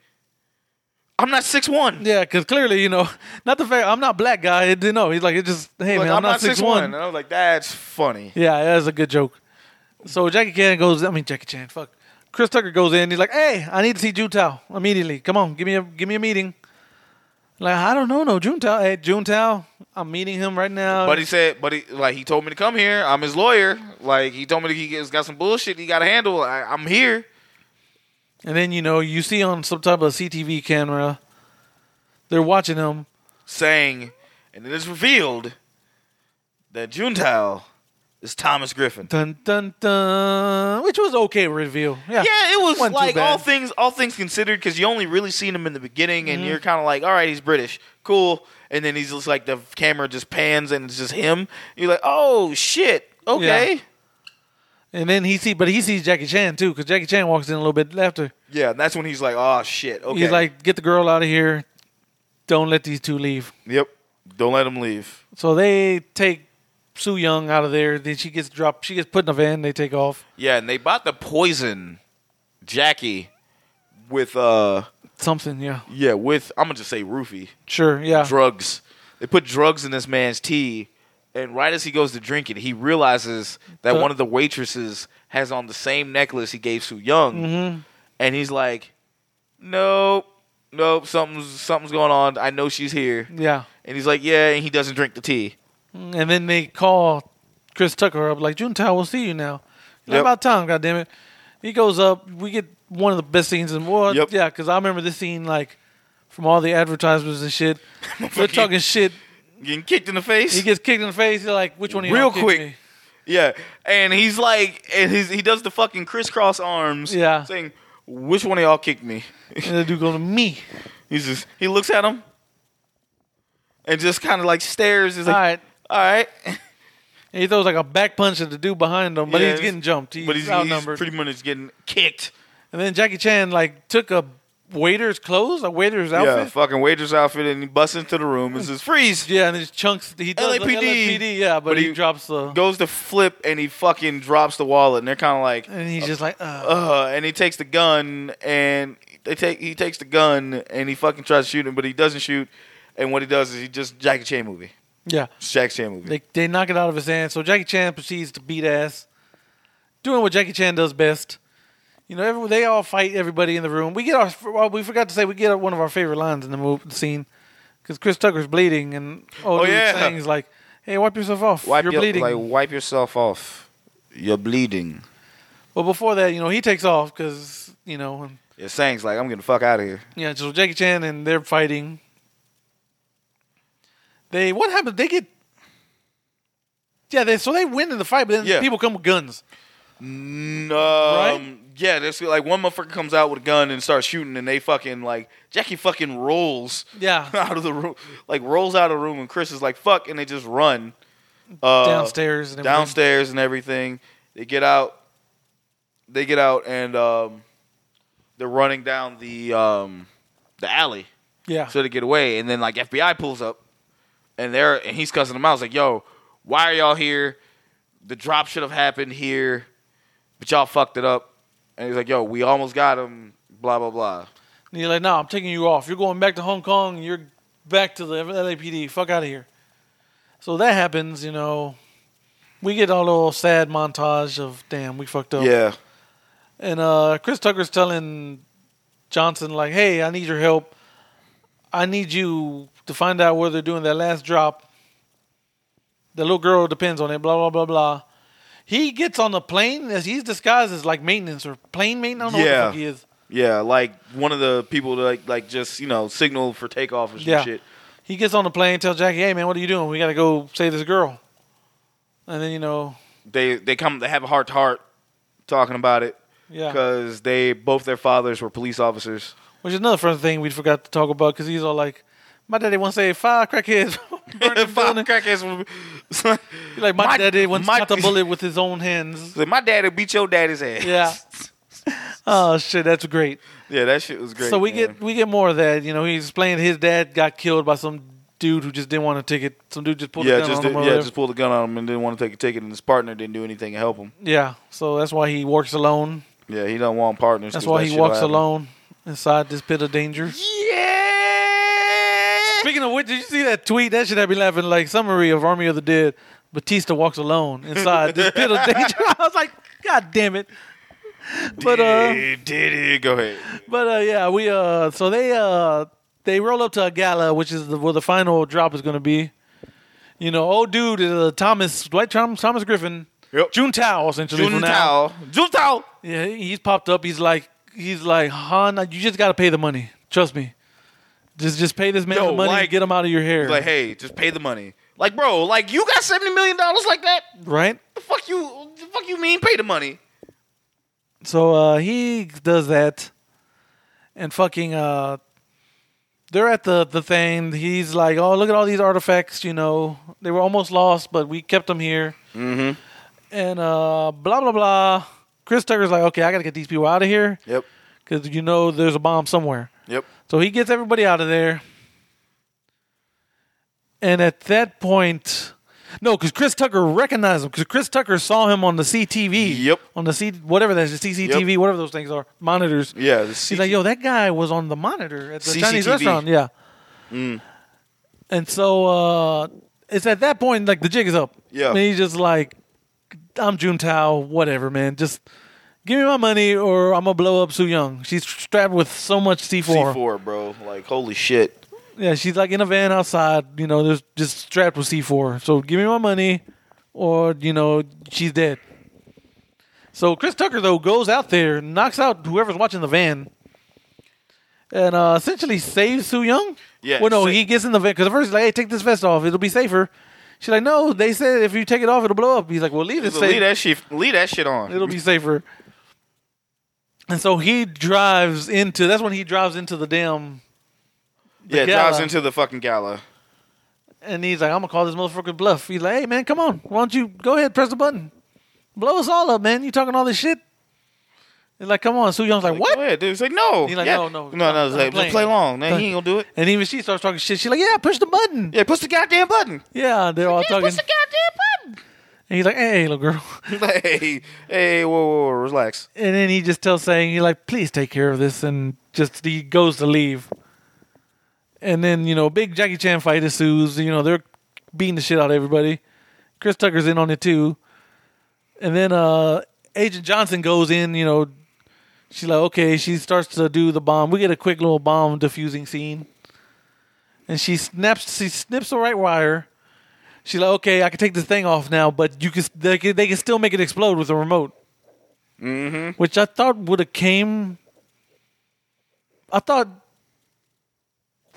[SPEAKER 4] I'm not six one.
[SPEAKER 5] Yeah, because clearly, you know, not the fact I'm not black guy. It, no, he's like, it just, hey, man, I'm, not, six one.
[SPEAKER 4] And I was like, that's funny.
[SPEAKER 5] Yeah, that's a good joke. So Jackie Chan goes, I mean, Jackie Chan, fuck. Chris Tucker goes in. He's like, hey, I need to see Juntao immediately. Come on, give me a, give me a meeting. Like, I don't know, no, Juntao. Hey, Juntao, I'm meeting him right now.
[SPEAKER 4] But he said, but he like he told me to come here. I'm his lawyer. Like he told me that he's got some bullshit he got to handle. I, I'm here.
[SPEAKER 5] and then, you know, you see on some type of CTV camera, they're watching him.
[SPEAKER 4] saying, and it is revealed that Juntao is Thomas Griffin.
[SPEAKER 5] Dun, dun, dun. Which was okay reveal. Yeah,
[SPEAKER 4] Yeah, it was
[SPEAKER 5] Wasn't too
[SPEAKER 4] like
[SPEAKER 5] bad.
[SPEAKER 4] all things all things considered because you only really seen him in the beginning,
[SPEAKER 5] Mm-hmm.
[SPEAKER 4] and you're kind of like, all right, he's British, cool. And then he's just like the camera just pans and it's just him. You're like, oh shit, okay.
[SPEAKER 5] Yeah. And then he see, but he sees Jackie Chan too, because Jackie Chan walks in a little bit after.
[SPEAKER 4] Yeah, and that's when he's like, oh shit, okay.
[SPEAKER 5] He's like, "Get the girl out of here! Don't let these two leave."
[SPEAKER 4] yep, don't let him leave.
[SPEAKER 5] So they take Soo Young out of there. Then she gets dropped. She gets put in a van. They take off.
[SPEAKER 4] Yeah, and they bought the poison, Jackie, with uh,
[SPEAKER 5] Something, yeah,
[SPEAKER 4] yeah, with I'm gonna just say roofie.
[SPEAKER 5] sure, yeah,
[SPEAKER 4] drugs. They put drugs in this man's tea, and right as he goes to drink it, he realizes that
[SPEAKER 5] Duh.
[SPEAKER 4] one of the waitresses has on the same necklace he gave Su Young,
[SPEAKER 5] Mm-hmm.
[SPEAKER 4] and he's like, "Nope, nope, something's something's going on. I know she's here."
[SPEAKER 5] yeah.
[SPEAKER 4] And he's like, "Yeah," and he doesn't drink the tea.
[SPEAKER 5] And then they call Chris Tucker up, like, "Juntao, we'll see you now." Like,
[SPEAKER 4] Yep.
[SPEAKER 5] About time, goddamn it! He goes up. We get one of the best scenes in the world.
[SPEAKER 4] Yep.
[SPEAKER 5] Yeah, because I remember this scene like from all the advertisements and shit. They're talking shit.
[SPEAKER 4] Getting kicked in the face.
[SPEAKER 5] He gets kicked in the face. He's like, "Which one?" Of you
[SPEAKER 4] Real
[SPEAKER 5] kicked
[SPEAKER 4] quick.
[SPEAKER 5] me?"
[SPEAKER 4] Yeah, and he's like, and he's, he does the fucking crisscross arms.
[SPEAKER 5] Yeah.
[SPEAKER 4] saying, "Which one of y'all kicked me?"
[SPEAKER 5] And the dude goes, "Me."
[SPEAKER 4] He's just he looks at him and just kind of like stares. He's
[SPEAKER 5] All
[SPEAKER 4] like,
[SPEAKER 5] right.
[SPEAKER 4] all right,
[SPEAKER 5] And he throws like a back punch at the dude behind him, but
[SPEAKER 4] Yeah,
[SPEAKER 5] he's getting jumped. He's,
[SPEAKER 4] but he's, he's
[SPEAKER 5] outnumbered.
[SPEAKER 4] pretty much getting kicked.
[SPEAKER 5] and then Jackie Chan like took a waiter's clothes, a waiter's outfit.
[SPEAKER 4] fucking waitress outfit, and he busts into the room and says, "Freeze!"
[SPEAKER 5] Yeah, and his chunks. He does
[SPEAKER 4] LAPD.
[SPEAKER 5] LAPD. LAPD. Yeah, but,
[SPEAKER 4] But
[SPEAKER 5] he,
[SPEAKER 4] he
[SPEAKER 5] drops the.
[SPEAKER 4] Goes to flip, and he fucking drops the wallet, and they're kind of like,
[SPEAKER 5] and he's just like, uh,
[SPEAKER 4] uh, and he takes the gun and they take he takes the gun and he fucking tries to shoot him, but he doesn't shoot. And what he does is he just Jackie Chan movie,
[SPEAKER 5] yeah.
[SPEAKER 4] It's Jackie Chan movie.
[SPEAKER 5] They they knock it out of his hand. So Jackie Chan proceeds to beat ass, doing what Jackie Chan does best. You know, every, they all fight everybody in the room. We get our well, we forgot to say we get one of our favorite lines in the movie scene because Chris Tucker's bleeding and oh,
[SPEAKER 4] Oh,
[SPEAKER 5] dude
[SPEAKER 4] yeah.
[SPEAKER 5] Sang's like, "Hey, wipe yourself off. You're
[SPEAKER 4] your-
[SPEAKER 5] bleeding."
[SPEAKER 4] like wipe yourself off. You're bleeding.
[SPEAKER 5] But before that, you know, he takes off because you know, and,
[SPEAKER 4] Yeah, Sang's like, I'm getting the fuck out of here.
[SPEAKER 5] yeah. So Jackie Chan and they're fighting. They what happened? They get yeah. They so they win in the fight, but then
[SPEAKER 4] Yeah.
[SPEAKER 5] people come with guns.
[SPEAKER 4] No. right? Yeah, there's like one motherfucker comes out with a gun and starts shooting, and they fucking like Jackie fucking rolls
[SPEAKER 5] Yeah,
[SPEAKER 4] out of the room, like rolls out of the room, and Chris is like, fuck, and they just run uh,
[SPEAKER 5] downstairs and everything.
[SPEAKER 4] downstairs and everything. They get out. They get out and um, they're running down the um, the alley.
[SPEAKER 5] Yeah,
[SPEAKER 4] so to get away. And then like FBI pulls up, and they're and he's cussing them out. It's like, "Yo, why are y'all here? The drop should have happened here, but y'all fucked it up." And he's like, "Yo, we almost got him." Blah blah blah.
[SPEAKER 5] and you're like, "No, I'm taking you off. You're going back to Hong Kong. You're back to the LAPD. Fuck out of here." So that happens, you know. we get a little sad montage of damn, we fucked up.
[SPEAKER 4] Yeah.
[SPEAKER 5] And uh, Chris Tucker's telling Johnson, like, hey, I need your help. I need you to find out where they're doing that last drop. The little girl depends on it, blah, blah, blah, blah. He gets on the plane as he's disguised as like maintenance or plane maintenance. I don't know
[SPEAKER 4] Yeah.
[SPEAKER 5] what the fuck he is.
[SPEAKER 4] Yeah, like one of the people that like, like just you know signal for takeoff or some
[SPEAKER 5] Yeah.
[SPEAKER 4] shit.
[SPEAKER 5] He gets on the plane, tells Jackie, hey, man, what are you doing? We got to go save this girl. And then, you know,
[SPEAKER 4] They they come they have a heart to heart talking about it
[SPEAKER 5] yeah.
[SPEAKER 4] because they both their fathers were police officers.
[SPEAKER 5] Which is another fun thing we forgot to talk about because he's all like, my daddy once saved five crackheads. burning the
[SPEAKER 4] Fuck,
[SPEAKER 5] building."
[SPEAKER 4] crackheads. were-
[SPEAKER 5] Like my, daddy once
[SPEAKER 4] my-
[SPEAKER 5] got the bullet with his own hands.
[SPEAKER 4] Like, my daddy beat your daddy's ass.
[SPEAKER 5] Yeah. Oh shit, that's great.
[SPEAKER 4] yeah, that shit was great.
[SPEAKER 5] so we
[SPEAKER 4] man.
[SPEAKER 5] get we get more of that. You know, he explained his dad got killed by some dude who just didn't want a ticket. Some dude just pulled a
[SPEAKER 4] yeah,
[SPEAKER 5] gun
[SPEAKER 4] just
[SPEAKER 5] on him.
[SPEAKER 4] did-
[SPEAKER 5] or
[SPEAKER 4] yeah,
[SPEAKER 5] whatever.
[SPEAKER 4] just pulled a gun on him and didn't want to take a ticket, and his partner didn't do anything to help him.
[SPEAKER 5] yeah. So that's why he works alone.
[SPEAKER 4] Yeah, he don't want partners.
[SPEAKER 5] That's
[SPEAKER 4] 'cause
[SPEAKER 5] why
[SPEAKER 4] that
[SPEAKER 5] he
[SPEAKER 4] shit'll
[SPEAKER 5] walks
[SPEAKER 4] happen.
[SPEAKER 5] alone inside this pit of danger.
[SPEAKER 4] Yeah.
[SPEAKER 5] Speaking of which, did you see that tweet? That should have me laughing. Like summary of Army of the Dead. Batista walks alone inside this pit of danger. I was like, God damn it. But uh
[SPEAKER 4] did, it. Go ahead.
[SPEAKER 5] But uh, yeah, we uh, so they uh, they roll up to a gala, which is the, where the final drop is going to be. You know, old dude is uh, Thomas Dwight Thomas, Thomas Griffin,
[SPEAKER 4] Yep.
[SPEAKER 5] June Tao essentially. for
[SPEAKER 4] Jun
[SPEAKER 5] now.
[SPEAKER 4] Tao. Jun Tao.
[SPEAKER 5] Yeah, he's popped up. He's like, he's like, Han, you just got to pay the money. Trust me. Just just pay this man
[SPEAKER 4] Yo,
[SPEAKER 5] the money
[SPEAKER 4] like-
[SPEAKER 5] and get him out of your hair,
[SPEAKER 4] Like, hey, just pay the money. Like, bro, like you got seventy million dollars like that?
[SPEAKER 5] right?
[SPEAKER 4] The fuck you? The fuck you mean pay the money?
[SPEAKER 5] So uh, he does that, and fucking uh, they're at the the thing. He's like, "Oh, look at all these artifacts. You know, they were almost lost, but we kept them here." Mm-hmm. And uh, blah blah blah. Chris Tucker's like, "Okay, I gotta get these people out of here
[SPEAKER 4] Yep.
[SPEAKER 5] because you know there's a bomb somewhere."
[SPEAKER 4] Yep.
[SPEAKER 5] So he gets everybody out of there. And at that point, no, because Chris Tucker recognized him because Chris Tucker saw him on the CTV.
[SPEAKER 4] Yep.
[SPEAKER 5] On the C, whatever that is, the CCTV, whatever those things are, monitors.
[SPEAKER 4] Yeah. The
[SPEAKER 5] He's like, yo, that guy was on the monitor at the Chinese
[SPEAKER 4] CCTV.
[SPEAKER 5] restaurant. Yeah.
[SPEAKER 4] Mm.
[SPEAKER 5] And so uh, it's at that point, like, the jig is up.
[SPEAKER 4] Yeah.
[SPEAKER 5] And he's just like, I'm Jun Tao, whatever, man. Just give me my money or I'm going to blow up Su Young. She's strapped with so much
[SPEAKER 4] C four, bro. Like, holy shit.
[SPEAKER 5] yeah, she's like in a van outside, you know, there's just strapped with C4. So give me my money or, you know, she's dead. So Chris Tucker, though, goes out there, knocks out whoever's watching the van, and uh, essentially saves Soo Young.
[SPEAKER 4] Yeah,
[SPEAKER 5] Well, no,
[SPEAKER 4] sa-
[SPEAKER 5] he gets in the van because at first he's like, hey, take this vest off. It'll be safer. She's like, no, they said if you take it off, it'll blow up. He's like, well, leave this
[SPEAKER 4] So
[SPEAKER 5] safe.
[SPEAKER 4] leave that shit. Leave that shit on.
[SPEAKER 5] It'll be safer. And so he drives into, that's when he drives into the damn
[SPEAKER 4] yeah.
[SPEAKER 5] gala.
[SPEAKER 4] Drives into the fucking gala.
[SPEAKER 5] And he's like, I'm gonna call this motherfucker bluff. He's like, hey man, come on. Why don't you go ahead, press the button. Blow us all up, man. You talking all this shit? He's like, come on. Sue Young's like,
[SPEAKER 4] Go
[SPEAKER 5] what?
[SPEAKER 4] ahead, dude. He's like, no.
[SPEAKER 5] He's like,
[SPEAKER 4] yeah.
[SPEAKER 5] no, no,
[SPEAKER 4] no,
[SPEAKER 5] I'm-
[SPEAKER 4] no. He's
[SPEAKER 5] I'm
[SPEAKER 4] like,
[SPEAKER 5] playing.
[SPEAKER 4] just play along. Man,
[SPEAKER 5] Play-
[SPEAKER 4] he ain't gonna do it.
[SPEAKER 5] And even she starts talking shit. She's like, yeah, push the button. Yeah,
[SPEAKER 4] Yeah, push the goddamn button.
[SPEAKER 5] they're all talking.
[SPEAKER 4] Push the goddamn
[SPEAKER 5] And he's like, hey, little girl.
[SPEAKER 4] button. hey, hey, whoa, whoa, whoa, relax.
[SPEAKER 5] And then he just tells saying, he like, please take care of this. And just, he goes to leave. And then, you know, big Jackie Chan fight ensues. You know, they're beating the shit out of everybody. Chris Tucker's in on it too. And then uh Agent Johnson goes in, you know, she's like, okay, she starts to do the bomb. We get a quick little bomb diffusing scene. And she snaps, she snips the right wire. She's like, okay, I can take this thing off now, but you can, they can, they can still make it explode with a remote. Mm-hmm. Which I thought would have came. I thought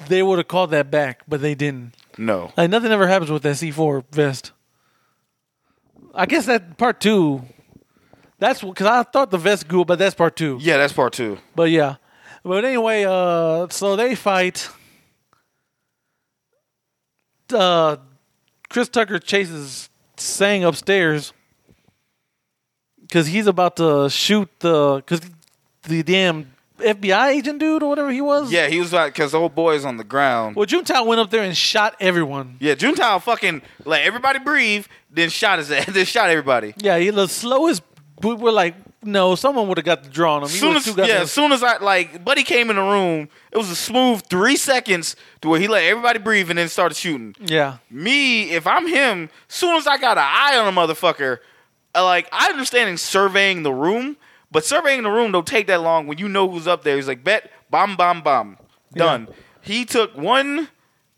[SPEAKER 5] they would have called that back, but they didn't.
[SPEAKER 4] No.
[SPEAKER 5] Like nothing ever happens with that C4 vest. I guess that part two. That's because I thought the vest grew, but that's part two.
[SPEAKER 4] Yeah, that's part two.
[SPEAKER 5] But yeah, but anyway, uh, so they fight. Uh, Chris Tucker chases Sang upstairs because he's about to shoot the because the damn FBI agent dude or whatever he was.
[SPEAKER 4] Yeah, he was like, because the whole boy is on the ground.
[SPEAKER 5] Well, Juntao went up there and shot everyone.
[SPEAKER 4] Yeah, Juntao fucking let everybody breathe, then shot his ass, then shot everybody.
[SPEAKER 5] Yeah, he the slowest. We were like, no, someone would have got the draw on him. He
[SPEAKER 4] soon
[SPEAKER 5] was
[SPEAKER 4] as
[SPEAKER 5] too
[SPEAKER 4] yeah,
[SPEAKER 5] goddamn-
[SPEAKER 4] as soon as I like Buddy came in the room, it was a smooth three seconds to where he let everybody breathe and then started shooting.
[SPEAKER 5] yeah.
[SPEAKER 4] Me, if I'm him, soon as I got an eye on a motherfucker, I, like I understand in surveying the room, but surveying the room don't take that long when you know who's up there. He's like, bet, bomb, bomb, bomb, done. He took one,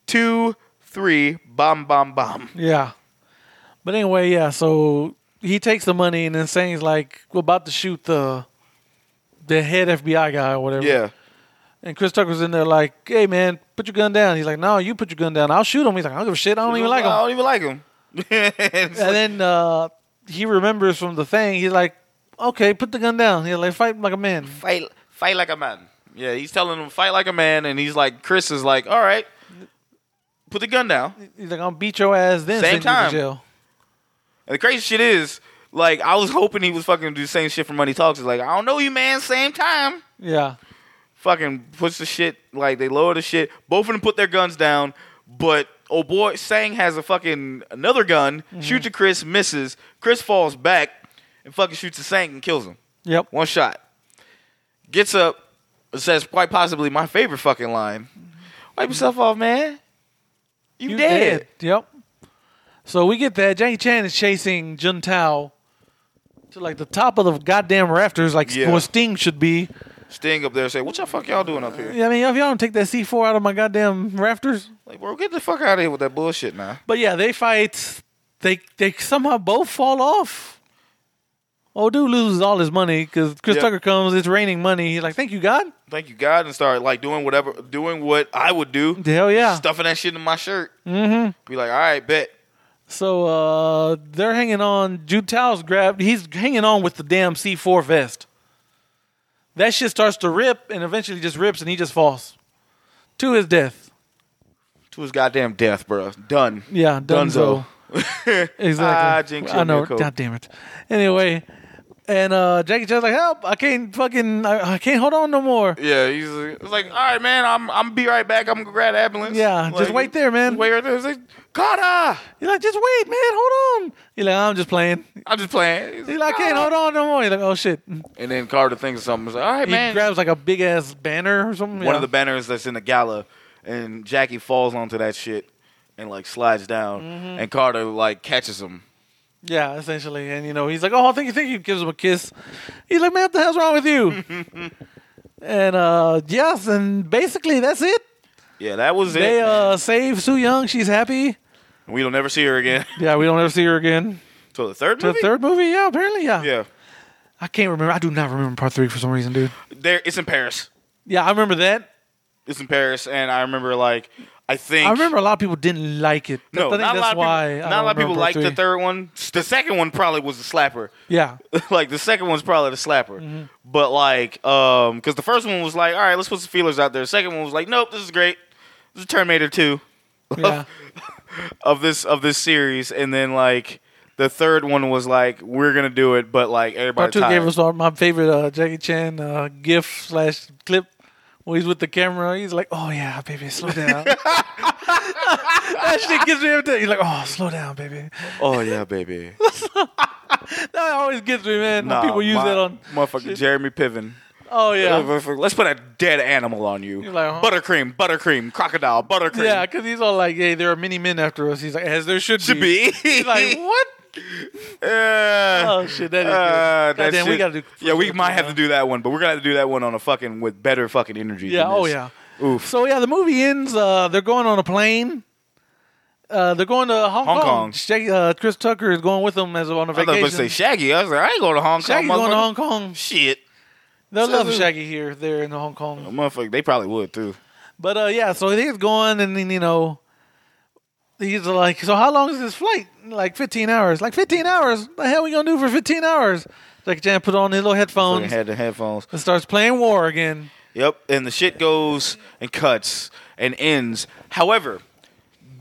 [SPEAKER 4] two, three, bomb, bomb, bomb.
[SPEAKER 5] Yeah. But anyway, yeah, so he takes the money and then Sane's like, we're about to shoot the the head FBI guy or whatever.
[SPEAKER 4] Yeah,
[SPEAKER 5] And Chris Tucker's in there like, hey man, put your gun down. He's like, no, you put your gun down. I'll shoot him. He's like, I don't give a shit. I don't even like him.
[SPEAKER 4] I don't even like him. It's
[SPEAKER 5] And
[SPEAKER 4] like-
[SPEAKER 5] then uh, he remembers from the thing. He's like, okay, put the gun down. He's like, fight like a man.
[SPEAKER 4] fight fight like a man. Yeah, he's telling him fight like a man, and he's like, Chris is like, all right, put the gun down.
[SPEAKER 5] He's like, I'll beat your ass then.
[SPEAKER 4] Same
[SPEAKER 5] send you to
[SPEAKER 4] time.
[SPEAKER 5] jail.
[SPEAKER 4] And the crazy shit is, like, I was hoping he was fucking do the same shit for Money Talks. It's like, I don't know you, man. Same time.
[SPEAKER 5] Yeah.
[SPEAKER 4] Fucking puts the shit like they lower the shit. Both of them put their guns down, but oh boy, Sang has a fucking another gun. Shoots at Chris, misses. Chris falls back and fucking shoots at Sang and kills him.
[SPEAKER 5] Yep.
[SPEAKER 4] One shot. Gets up, says quite possibly my favorite fucking line. Wipe yourself off, man. You,
[SPEAKER 5] You
[SPEAKER 4] dead.
[SPEAKER 5] Yep. So we get that. Jackie Chan is chasing Jun Tao to like the top of the goddamn rafters, like
[SPEAKER 4] Yeah.
[SPEAKER 5] where Sting should be.
[SPEAKER 4] Sting up there say, What the fuck y'all doing up here?
[SPEAKER 5] Yeah, I mean, if y'all don't take that C4 out of my goddamn rafters.
[SPEAKER 4] Like, bro, get the fuck out of here with that bullshit now.
[SPEAKER 5] But yeah, they fight. They they somehow both fall off. Oh, dude loses all his money because Chris
[SPEAKER 4] Yeah.
[SPEAKER 5] Tucker comes. It's raining money. He's like, "Thank you, God."
[SPEAKER 4] Thank you, God, and start like doing whatever doing what I would do.
[SPEAKER 5] Hell yeah.
[SPEAKER 4] Stuffing that shit in my shirt. Mm-hmm. Be like, all right, bet.
[SPEAKER 5] So uh, they're hanging on. Jude Tao's grabbed. He's hanging on with the damn C4 vest. That shit starts to rip and eventually just rips and he just falls to his death.
[SPEAKER 4] To his goddamn death, bro. Done.
[SPEAKER 5] Yeah, Dunzo.
[SPEAKER 4] Ah,
[SPEAKER 5] Exactly.
[SPEAKER 4] jinx
[SPEAKER 5] I
[SPEAKER 4] your
[SPEAKER 5] know.
[SPEAKER 4] miracle.
[SPEAKER 5] God damn it. Anyway, and uh, Jackie Chan's like, "Help! I can't fucking. I, I can't hold on no more."
[SPEAKER 4] Yeah, he's like, it's like, all right, man, I'm I'm be right back. I'm gonna grab the ambulance.
[SPEAKER 5] Yeah, just
[SPEAKER 4] Like,
[SPEAKER 5] wait there, man.
[SPEAKER 4] Wait right there. It's like, Carter.
[SPEAKER 5] You're like, "Just wait, man. Hold on." You're like, "I'm just playing."
[SPEAKER 4] I'm just playing.
[SPEAKER 5] He's like, "I can't hold on no more." He's like, "Oh shit."
[SPEAKER 4] And then Carter thinks of something. He's like, all right,
[SPEAKER 5] He
[SPEAKER 4] man.
[SPEAKER 5] grabs like a big ass banner or something.
[SPEAKER 4] One
[SPEAKER 5] Yeah.
[SPEAKER 4] of the banners that's in the gala, and Jackie falls onto that shit and like slides down,
[SPEAKER 5] Mm-hmm.
[SPEAKER 4] and Carter like catches him.
[SPEAKER 5] Yeah, essentially. And you know, he's like, Oh, thank you, thank you, gives him a kiss. He's like, Man, what the hell's wrong with you? and uh yes, and basically that's it.
[SPEAKER 4] Yeah, that was it.
[SPEAKER 5] They
[SPEAKER 4] man.
[SPEAKER 5] uh save Sue Young, she's happy.
[SPEAKER 4] we don't never see her again
[SPEAKER 5] Yeah, we don't ever see her again.
[SPEAKER 4] till the third
[SPEAKER 5] To the
[SPEAKER 4] movie.
[SPEAKER 5] third movie, yeah, apparently, yeah.
[SPEAKER 4] Yeah,
[SPEAKER 5] I can't remember. I do not remember part three for some reason, dude.
[SPEAKER 4] there. It's in Paris.
[SPEAKER 5] Yeah, I remember that.
[SPEAKER 4] It's in Paris, and I remember like I think
[SPEAKER 5] I remember a lot of people didn't like it.
[SPEAKER 4] No,
[SPEAKER 5] I think
[SPEAKER 4] not a
[SPEAKER 5] that's
[SPEAKER 4] lot of
[SPEAKER 5] why I
[SPEAKER 4] people.
[SPEAKER 5] don't
[SPEAKER 4] Not a lot of
[SPEAKER 5] remember
[SPEAKER 4] people
[SPEAKER 5] part
[SPEAKER 4] liked the
[SPEAKER 5] three.
[SPEAKER 4] third one. The second one probably was a slapper.
[SPEAKER 5] Yeah.
[SPEAKER 4] like the second one's probably the slapper.
[SPEAKER 5] Mm-hmm.
[SPEAKER 4] But like, um, because the first one was like, all right, let's put some feelers out there. The second one was like, nope, this is great. This is Terminator Two
[SPEAKER 5] Yeah.
[SPEAKER 4] of this of this series, and then like the third one was like, we're gonna do it, but like everybody
[SPEAKER 5] Part two
[SPEAKER 4] tired.
[SPEAKER 5] gave us our, my favorite uh, Jackie Chan uh, gif slash clip where he's with the camera. He's like, "Oh yeah, baby, slow down." that shit gets me every time. He's like, "Oh, slow down, baby."
[SPEAKER 4] oh yeah, baby.
[SPEAKER 5] That always gets me, man. when
[SPEAKER 4] Nah,
[SPEAKER 5] people use
[SPEAKER 4] my-
[SPEAKER 5] that on.
[SPEAKER 4] motherfucker Jeremy Piven.
[SPEAKER 5] Oh yeah,
[SPEAKER 4] Yeah. Let's put a dead animal on you.
[SPEAKER 5] You're like, huh?
[SPEAKER 4] Buttercream, buttercream, crocodile, buttercream.
[SPEAKER 5] yeah, because he's all like, "Hey, there are many men after us." He's like, "As there should,
[SPEAKER 4] should be.
[SPEAKER 5] He's like, "What?"
[SPEAKER 4] Yeah.
[SPEAKER 5] Oh shit, that is
[SPEAKER 4] Uh,
[SPEAKER 5] good.
[SPEAKER 4] that
[SPEAKER 5] Goddamn, we
[SPEAKER 4] shit-
[SPEAKER 5] gotta do.
[SPEAKER 4] Yeah, we might have to do that one, but we're gonna have to do that one on a fucking with better fucking energy.
[SPEAKER 5] Yeah.
[SPEAKER 4] than
[SPEAKER 5] Oh
[SPEAKER 4] this.
[SPEAKER 5] yeah.
[SPEAKER 4] Oof.
[SPEAKER 5] So yeah, the movie ends. Uh, they're going on a plane. Uh, they're going to Hong,
[SPEAKER 4] Hong Kong.
[SPEAKER 5] Shag- uh, Chris Tucker is going with them as on a
[SPEAKER 4] I
[SPEAKER 5] vacation.
[SPEAKER 4] thought you were about to say Shaggy. I was like, I ain't going to Hong
[SPEAKER 5] Shaggy's
[SPEAKER 4] Kong.
[SPEAKER 5] going to
[SPEAKER 4] motherfucker.
[SPEAKER 5] Hong Kong.
[SPEAKER 4] Shit,
[SPEAKER 5] They'll
[SPEAKER 4] So-
[SPEAKER 5] love Shaggy here, there in Hong Kong.
[SPEAKER 4] motherfucker. They probably would too.
[SPEAKER 5] But uh, yeah, so he's going, and then you know, he's like, "So how long is this flight? Like 15 hours? Like 15 hours? What the hell we gonna do for 15 hours?" Jackie Chan put on his little
[SPEAKER 4] Fucking
[SPEAKER 5] headphones
[SPEAKER 4] had the headphones.
[SPEAKER 5] and starts playing War again.
[SPEAKER 4] Yep, and the shit goes and cuts and ends. However,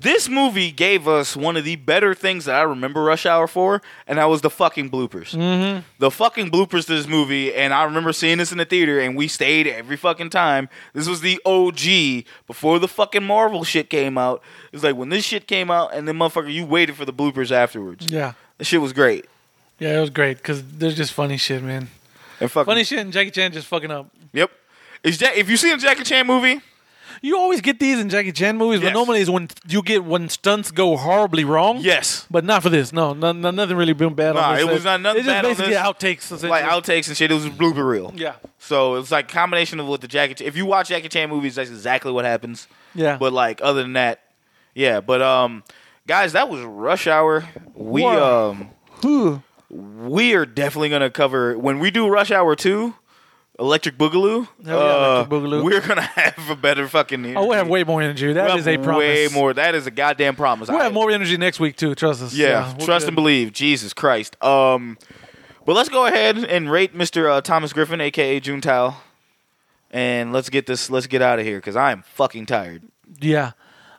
[SPEAKER 4] this movie gave us one of the better things that I remember Rush Hour for, and that was the fucking bloopers. Mm-hmm. The fucking bloopers to this movie, and I remember seeing this in the theater, and we stayed every fucking time. This was the OG before the fucking Marvel shit came out. It's like when this shit came out, and then motherfucker, you waited for the bloopers afterwards.
[SPEAKER 5] Yeah,
[SPEAKER 4] The shit was great.
[SPEAKER 5] yeah, it was great because there's just funny shit, man.
[SPEAKER 4] And fucking,
[SPEAKER 5] Funny shit, and Jackie Chan just fucking up.
[SPEAKER 4] Yep. Is Jack, if you see a Jackie Chan movie,
[SPEAKER 5] You always get these in Jackie Chan movies,
[SPEAKER 4] Yes.
[SPEAKER 5] but normally it's when you get when stunts go horribly wrong.
[SPEAKER 4] Yes.
[SPEAKER 5] but not for this. No, no, no nothing really been bad.
[SPEAKER 4] Nah,
[SPEAKER 5] on this
[SPEAKER 4] it was
[SPEAKER 5] set.
[SPEAKER 4] not nothing
[SPEAKER 5] It's just
[SPEAKER 4] bad on
[SPEAKER 5] basically
[SPEAKER 4] this.
[SPEAKER 5] outtakes. Essentially.
[SPEAKER 4] like outtakes and shit, it was a blooper reel.
[SPEAKER 5] Yeah.
[SPEAKER 4] So it's like combination of what the Jackie. Chan- If you watch Jackie Chan movies, that's exactly what happens.
[SPEAKER 5] Yeah.
[SPEAKER 4] But like other than that, yeah. But um, guys, that was Rush Hour. We
[SPEAKER 5] Wow.
[SPEAKER 4] um,
[SPEAKER 5] Whew.
[SPEAKER 4] we are definitely gonna cover when we do Rush Hour two. Electric Boogaloo. uh,
[SPEAKER 5] Hell yeah, Electric Boogaloo.
[SPEAKER 4] We're gonna have a better fucking.
[SPEAKER 5] Oh, we have way more energy. That
[SPEAKER 4] We'll
[SPEAKER 5] is
[SPEAKER 4] have
[SPEAKER 5] a promise.
[SPEAKER 4] Way more. That is a goddamn promise.
[SPEAKER 5] We'll
[SPEAKER 4] I-
[SPEAKER 5] have more energy next week too. Trust us.
[SPEAKER 4] Yeah,
[SPEAKER 5] we're
[SPEAKER 4] trust
[SPEAKER 5] good.
[SPEAKER 4] and believe. Jesus Christ. Um, but let's go ahead and rate Mr. Uh, Thomas Griffin, aka June Tile, and let's get this. Let's get out of here because I am fucking tired.
[SPEAKER 5] Yeah.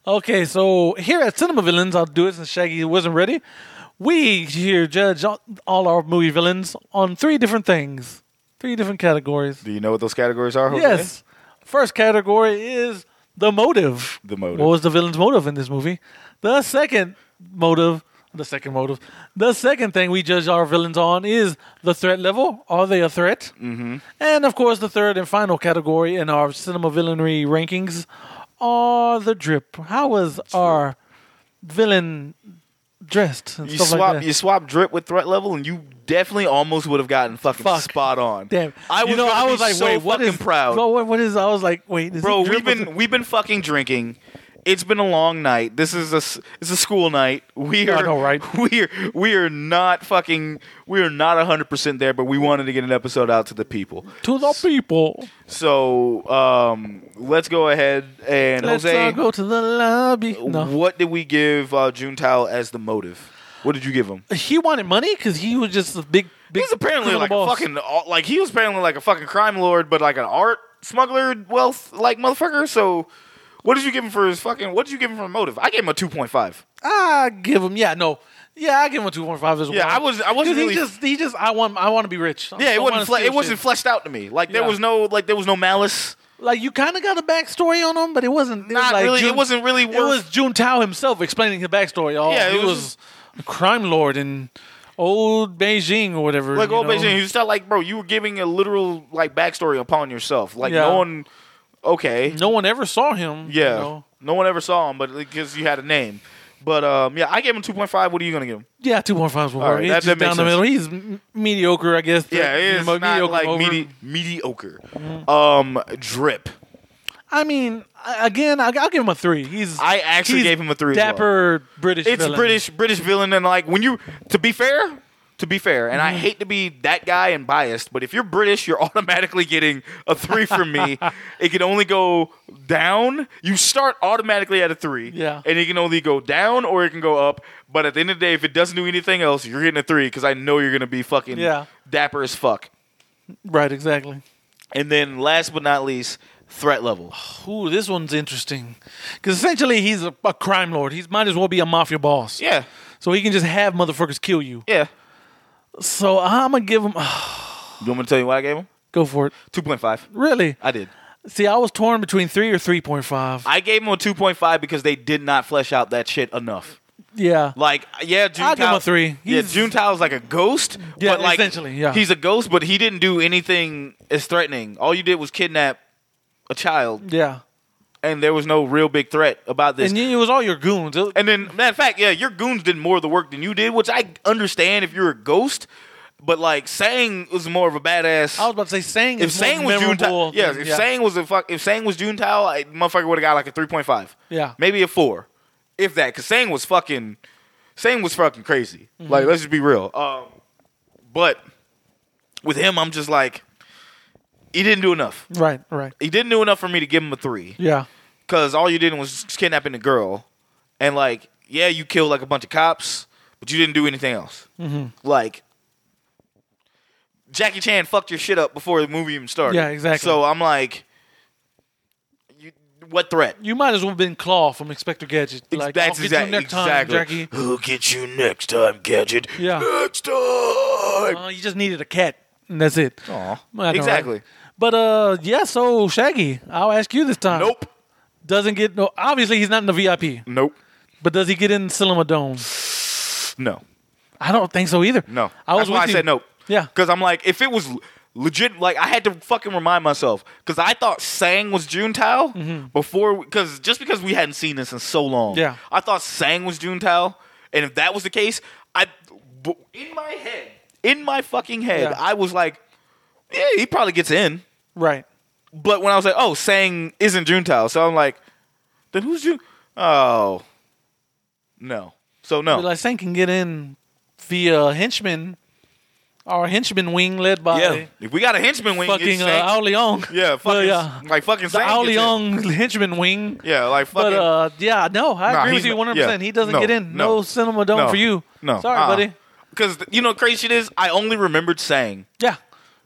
[SPEAKER 5] Okay, so here at Cinema Villains, I'll do it since Shaggy wasn't ready. We here judge all- all our movie villains on three different things, three different categories.
[SPEAKER 4] Do you know what those categories are? Jose?
[SPEAKER 5] Yes. First category is the motive.
[SPEAKER 4] The motive.
[SPEAKER 5] What was the villain's motive in this movie? The second motive, the second motive, the second thing we judge our villains on is the threat level. Are they a threat? Mm-hmm. And of course, the third and final category in our cinema villainry rankings are the drip. How was our villain dressed? And
[SPEAKER 4] You
[SPEAKER 5] stuff
[SPEAKER 4] swap.
[SPEAKER 5] like that?
[SPEAKER 4] you swap drip with threat level, and you definitely almost would have gotten fucking
[SPEAKER 5] Fuck.
[SPEAKER 4] spot on.
[SPEAKER 5] Damn.
[SPEAKER 4] I was.
[SPEAKER 5] you know,
[SPEAKER 4] gonna
[SPEAKER 5] I
[SPEAKER 4] be
[SPEAKER 5] was like,
[SPEAKER 4] so
[SPEAKER 5] wait, what
[SPEAKER 4] fucking
[SPEAKER 5] is
[SPEAKER 4] proud,
[SPEAKER 5] Bro, what, what is? I was like, wait, is
[SPEAKER 4] bro?
[SPEAKER 5] it
[SPEAKER 4] We've
[SPEAKER 5] drip or
[SPEAKER 4] been we've been fucking drinking. It's been a long night. This is a s- it's a school night. We
[SPEAKER 5] I
[SPEAKER 4] are
[SPEAKER 5] know, right?
[SPEAKER 4] We are we are not fucking we are not hundred percent there, but we wanted to get an episode out to the people.
[SPEAKER 5] to the people.
[SPEAKER 4] So um, let's go ahead and
[SPEAKER 5] Let's
[SPEAKER 4] Jose,
[SPEAKER 5] all go to the lobby. No.
[SPEAKER 4] what did we give uh, June Tao as the motive? What did you give him?
[SPEAKER 5] He wanted money because he was just a big, big.
[SPEAKER 4] He's apparently
[SPEAKER 5] criminal
[SPEAKER 4] like
[SPEAKER 5] boss.
[SPEAKER 4] a fucking uh, like he was apparently like a fucking crime lord, but like an art smuggler, wealth like motherfucker. So what did you give him for his fucking? What did you give him for motive? I gave him a two point five.
[SPEAKER 5] I give him. Yeah, no. Yeah, I give him a two point five as well.
[SPEAKER 4] Yeah, I was- I wasn't
[SPEAKER 5] 'Cause he
[SPEAKER 4] really-
[SPEAKER 5] just. He just. I want. I want to be rich. I
[SPEAKER 4] Yeah, it
[SPEAKER 5] don't
[SPEAKER 4] wasn't
[SPEAKER 5] wanna
[SPEAKER 4] fle-
[SPEAKER 5] steal
[SPEAKER 4] it wasn't
[SPEAKER 5] shit.
[SPEAKER 4] fleshed out to me. Like there
[SPEAKER 5] Yeah.
[SPEAKER 4] was no like there was no malice.
[SPEAKER 5] like you kind of got a backstory on him, but it wasn't. it was
[SPEAKER 4] Not
[SPEAKER 5] like
[SPEAKER 4] really.
[SPEAKER 5] Jun-
[SPEAKER 4] it wasn't really. Worth,
[SPEAKER 5] It was Jun Tao himself explaining the backstory. All
[SPEAKER 4] Yeah, it
[SPEAKER 5] he
[SPEAKER 4] was
[SPEAKER 5] was, a crime lord in old Beijing or whatever.
[SPEAKER 4] like
[SPEAKER 5] you
[SPEAKER 4] old
[SPEAKER 5] know?
[SPEAKER 4] Beijing. You just felt like, bro, you were giving a literal like backstory upon yourself. Like
[SPEAKER 5] Yeah.
[SPEAKER 4] no one, okay,
[SPEAKER 5] No one ever saw him. you
[SPEAKER 4] yeah,
[SPEAKER 5] know?
[SPEAKER 4] no one ever saw him, but because you had a name. But um, yeah, I gave him two point five. What are you gonna give him?
[SPEAKER 5] Yeah, two point five is
[SPEAKER 4] All
[SPEAKER 5] more.
[SPEAKER 4] right,
[SPEAKER 5] He's
[SPEAKER 4] that-
[SPEAKER 5] just
[SPEAKER 4] that makes
[SPEAKER 5] down the middle. He's m- mediocre, I guess.
[SPEAKER 4] Yeah,
[SPEAKER 5] Like,
[SPEAKER 4] it is
[SPEAKER 5] mo-
[SPEAKER 4] not like
[SPEAKER 5] over-
[SPEAKER 4] medi- mediocre. Um, drip.
[SPEAKER 5] I mean, I- again, I- I'll give him a three. He's
[SPEAKER 4] I actually
[SPEAKER 5] he's
[SPEAKER 4] gave him a three as well.
[SPEAKER 5] Dapper British.
[SPEAKER 4] It's
[SPEAKER 5] villain.
[SPEAKER 4] British British villain, and like when you to be fair. To be fair, and I
[SPEAKER 5] Mm-hmm.
[SPEAKER 4] hate to be that guy and biased, but if you're British, you're automatically getting a three from me. it can only go down. You start automatically at a three,
[SPEAKER 5] Yeah.
[SPEAKER 4] and it can only go down or it can go up. But at the end of the day, if it doesn't do anything else, you're getting a three because I know you're gonna be fucking
[SPEAKER 5] Yeah.
[SPEAKER 4] dapper as fuck.
[SPEAKER 5] Right, exactly.
[SPEAKER 4] And then last but not least, threat level.
[SPEAKER 5] Ooh, this one's interesting because essentially he's a, a crime lord. He might as well be a mafia boss.
[SPEAKER 4] Yeah,
[SPEAKER 5] So he can just have motherfuckers kill you.
[SPEAKER 4] yeah.
[SPEAKER 5] So I'm gonna give him.
[SPEAKER 4] You want me to tell you what I gave him?
[SPEAKER 5] go for it.
[SPEAKER 4] Two point five.
[SPEAKER 5] Really?
[SPEAKER 4] I did.
[SPEAKER 5] See, I was torn between three or three point five.
[SPEAKER 4] I gave him a 2.5 because they did not flesh out that shit enough.
[SPEAKER 5] Yeah.
[SPEAKER 4] Like, yeah, June
[SPEAKER 5] I'll give him
[SPEAKER 4] Tao-
[SPEAKER 5] a three.
[SPEAKER 4] yeah,
[SPEAKER 5] He's-
[SPEAKER 4] June Tao's like a ghost.
[SPEAKER 5] Yeah,
[SPEAKER 4] but like,
[SPEAKER 5] essentially, yeah.
[SPEAKER 4] He's a ghost, but he didn't do anything as threatening. All you did was kidnap a child,
[SPEAKER 5] yeah.
[SPEAKER 4] and there was no real big threat about this.
[SPEAKER 5] And
[SPEAKER 4] And,
[SPEAKER 5] it was all your goons. It-
[SPEAKER 4] then, matter of fact, yeah, your goons did more of the work than you did, which I understand if you're a ghost, but like, Sang was more of a badass.
[SPEAKER 5] I was about to say, saying
[SPEAKER 4] if
[SPEAKER 5] is
[SPEAKER 4] Sang
[SPEAKER 5] more
[SPEAKER 4] was June
[SPEAKER 5] memorable
[SPEAKER 4] Tao, yeah,
[SPEAKER 5] than-
[SPEAKER 4] if Sang was a fuck, if Sang was June Tao, I, motherfucker would have got like a three point five,
[SPEAKER 5] Yeah.
[SPEAKER 4] maybe a four, if that, because Sang was fucking, Sang was fucking crazy.
[SPEAKER 5] Mm-hmm.
[SPEAKER 4] Like, let's just be real. Um, but with him, I'm just like, he didn't do enough.
[SPEAKER 5] Right, right.
[SPEAKER 4] He didn't do enough for me to give him a three,
[SPEAKER 5] Yeah.
[SPEAKER 4] because all you did was just kidnapping a girl, and like, yeah, you killed like a bunch of cops, but you didn't do anything else.
[SPEAKER 5] Mm-hmm.
[SPEAKER 4] Like. Jackie Chan fucked your shit up before the movie even started.
[SPEAKER 5] Yeah, exactly.
[SPEAKER 4] So I'm like, you, what threat?
[SPEAKER 5] You might as well have been Claw from Inspector Gadget. Like, I'll get
[SPEAKER 4] exact-
[SPEAKER 5] you next time,
[SPEAKER 4] exactly.
[SPEAKER 5] Jackie.
[SPEAKER 4] Who'll get you next time, Gadget?
[SPEAKER 5] Yeah.
[SPEAKER 4] Next time.
[SPEAKER 5] Uh, you just needed a cat, and that's it.
[SPEAKER 4] Aw.
[SPEAKER 5] I know, right?
[SPEAKER 4] Exactly.
[SPEAKER 5] But uh, yeah. So Shaggy, I'll ask you this time.
[SPEAKER 4] Nope.
[SPEAKER 5] Doesn't get no. Obviously, he's not in the VIP.
[SPEAKER 4] Nope.
[SPEAKER 5] But does he get in Cinema Dome?
[SPEAKER 4] No.
[SPEAKER 5] I don't think so either.
[SPEAKER 4] No.
[SPEAKER 5] I was
[SPEAKER 4] That's why
[SPEAKER 5] with
[SPEAKER 4] I
[SPEAKER 5] you.
[SPEAKER 4] said nope.
[SPEAKER 5] Yeah.
[SPEAKER 4] Because I'm like, if it was Legit, like I had to fucking remind myself because I thought Sang was Juntao before, because just because we hadn't seen this in so long,
[SPEAKER 5] Mm-hmm. Yeah.
[SPEAKER 4] I thought Sang was Juntao, and if that was the case, I b- in my head, in my fucking head,
[SPEAKER 5] Yeah.
[SPEAKER 4] I was like, yeah, he probably gets in,
[SPEAKER 5] Right.
[SPEAKER 4] but when I was like, oh, Sang isn't Juntao, so I'm like, then who's Jun? Oh, no, so no,
[SPEAKER 5] But like Sang can get in via henchman, our henchman wing led by
[SPEAKER 4] yeah, if we got a henchman wing, it's
[SPEAKER 5] fucking uh,
[SPEAKER 4] Sang.
[SPEAKER 5] Ao Leong.
[SPEAKER 4] Yeah,
[SPEAKER 5] Well,
[SPEAKER 4] fucking,
[SPEAKER 5] yeah.
[SPEAKER 4] like fucking
[SPEAKER 5] the
[SPEAKER 4] Sang
[SPEAKER 5] Ao
[SPEAKER 4] gets in.
[SPEAKER 5] Leong henchman wing.
[SPEAKER 4] Yeah, like fucking.
[SPEAKER 5] But uh, yeah, no, I
[SPEAKER 4] Nah,
[SPEAKER 5] agree
[SPEAKER 4] he's
[SPEAKER 5] with you
[SPEAKER 4] not-
[SPEAKER 5] 100.
[SPEAKER 4] yeah.
[SPEAKER 5] percent He doesn't
[SPEAKER 4] No,
[SPEAKER 5] get in.
[SPEAKER 4] no.
[SPEAKER 5] No, cinema dome
[SPEAKER 4] no,
[SPEAKER 5] for you.
[SPEAKER 4] No, Uh-uh.
[SPEAKER 5] sorry, buddy.
[SPEAKER 4] Because you know, crazy shit is, I only remembered Sang.
[SPEAKER 5] Yeah,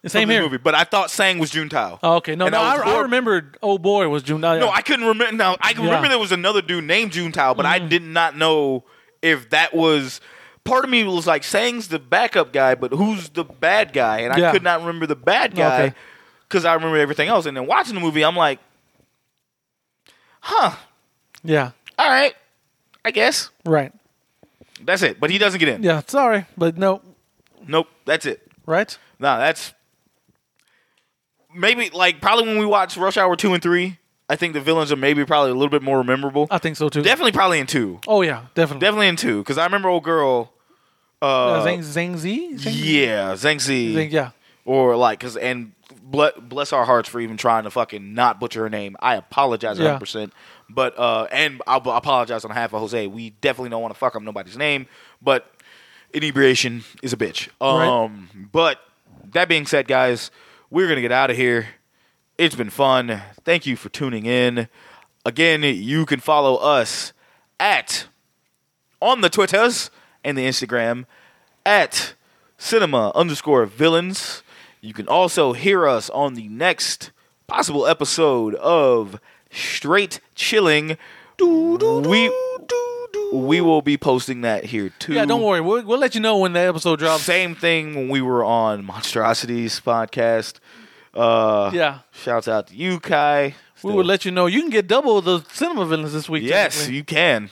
[SPEAKER 5] the same
[SPEAKER 4] from the
[SPEAKER 5] here.
[SPEAKER 4] Movie, but I thought Sang was Juntao.
[SPEAKER 5] Oh, okay, no,
[SPEAKER 4] And
[SPEAKER 5] no, I,
[SPEAKER 4] was
[SPEAKER 5] I
[SPEAKER 4] hor-
[SPEAKER 5] remembered. Oh boy, was June.
[SPEAKER 4] No, I couldn't remember. Now I can
[SPEAKER 5] Yeah. Mm.
[SPEAKER 4] remember there was another dude named Juntao, but I did not know if that was. Part of me was like, Sang's the backup guy, but who's the bad guy? And I
[SPEAKER 5] Yeah.
[SPEAKER 4] could not remember the bad guy
[SPEAKER 5] Okay.
[SPEAKER 4] because I remember everything else. And then watching the movie, I'm like,
[SPEAKER 5] yeah,
[SPEAKER 4] all right, I guess
[SPEAKER 5] right.
[SPEAKER 4] that's it. But he doesn't get in.
[SPEAKER 5] Yeah, sorry, but no,
[SPEAKER 4] Nope, that's it.
[SPEAKER 5] right?
[SPEAKER 4] No, that's maybe like probably when we watch Rush Hour two and three. I think the villains are maybe probably a little bit more memorable.
[SPEAKER 5] I think so too.
[SPEAKER 4] Definitely, probably in two.
[SPEAKER 5] oh yeah, definitely.
[SPEAKER 4] Definitely in two because I remember old girl. Uh,
[SPEAKER 5] Uh, Zhang Zhang Z. Zhang Z?
[SPEAKER 4] yeah, Zhangzi,
[SPEAKER 5] Zhang- yeah.
[SPEAKER 4] or like because and ble- bless our hearts for even trying to fucking not butcher her name. I apologize
[SPEAKER 5] Yeah.
[SPEAKER 4] hundred percent, but uh, and I b- apologize on behalf of Jose. We definitely don't want to fuck up nobody's name, but inebriation is a bitch.
[SPEAKER 5] Right.
[SPEAKER 4] Um, but that being said, guys, we're gonna get out of here. It's been fun. Thank you for tuning in. Again, you can follow us at on the Twitters and the Instagram at cinema underscore villains. You can also hear us on the next possible episode of Straight Chilling. we, we will be posting that here too.
[SPEAKER 5] Yeah, don't worry. We'll, we'll let you know when the episode drops.
[SPEAKER 4] Same thing when we were on Monstrosities podcast. Uh,
[SPEAKER 5] Yeah.
[SPEAKER 4] Shouts out to you, Kai.
[SPEAKER 5] We will let you know. You can get double the cinema villains this week.
[SPEAKER 4] Yes,
[SPEAKER 5] technically.
[SPEAKER 4] you can.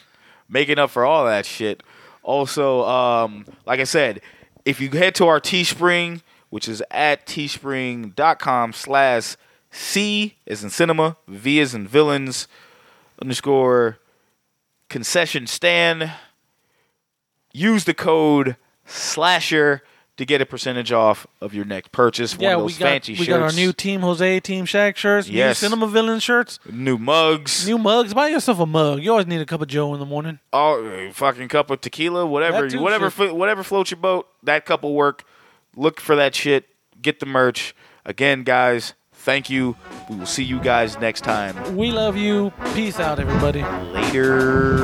[SPEAKER 4] Making up for all that shit. Also, um, like I said, if you head to our Teespring, which is at teespring.com slash C is in cinema, V is in villains, underscore concession stand. Use the code slasher to get a percentage off of your next purchase. One
[SPEAKER 5] Yeah,
[SPEAKER 4] of
[SPEAKER 5] we
[SPEAKER 4] those
[SPEAKER 5] got
[SPEAKER 4] fancy
[SPEAKER 5] we
[SPEAKER 4] shirts.
[SPEAKER 5] got our new Team Jose, Team Shaq shirts,
[SPEAKER 4] Yes.
[SPEAKER 5] new cinema villain shirts,
[SPEAKER 4] new mugs.
[SPEAKER 5] new mugs. Buy yourself a mug. You always need a cup of Joe in the morning.
[SPEAKER 4] all uh, fucking cup of tequila, whatever,
[SPEAKER 5] That too,
[SPEAKER 4] whatever,
[SPEAKER 5] shit.
[SPEAKER 4] flo- whatever floats your boat. That cup will work. Look for that shit. Get the merch. Again, guys, thank you. We will see you guys next time.
[SPEAKER 5] We love you. Peace out, everybody.
[SPEAKER 4] Later.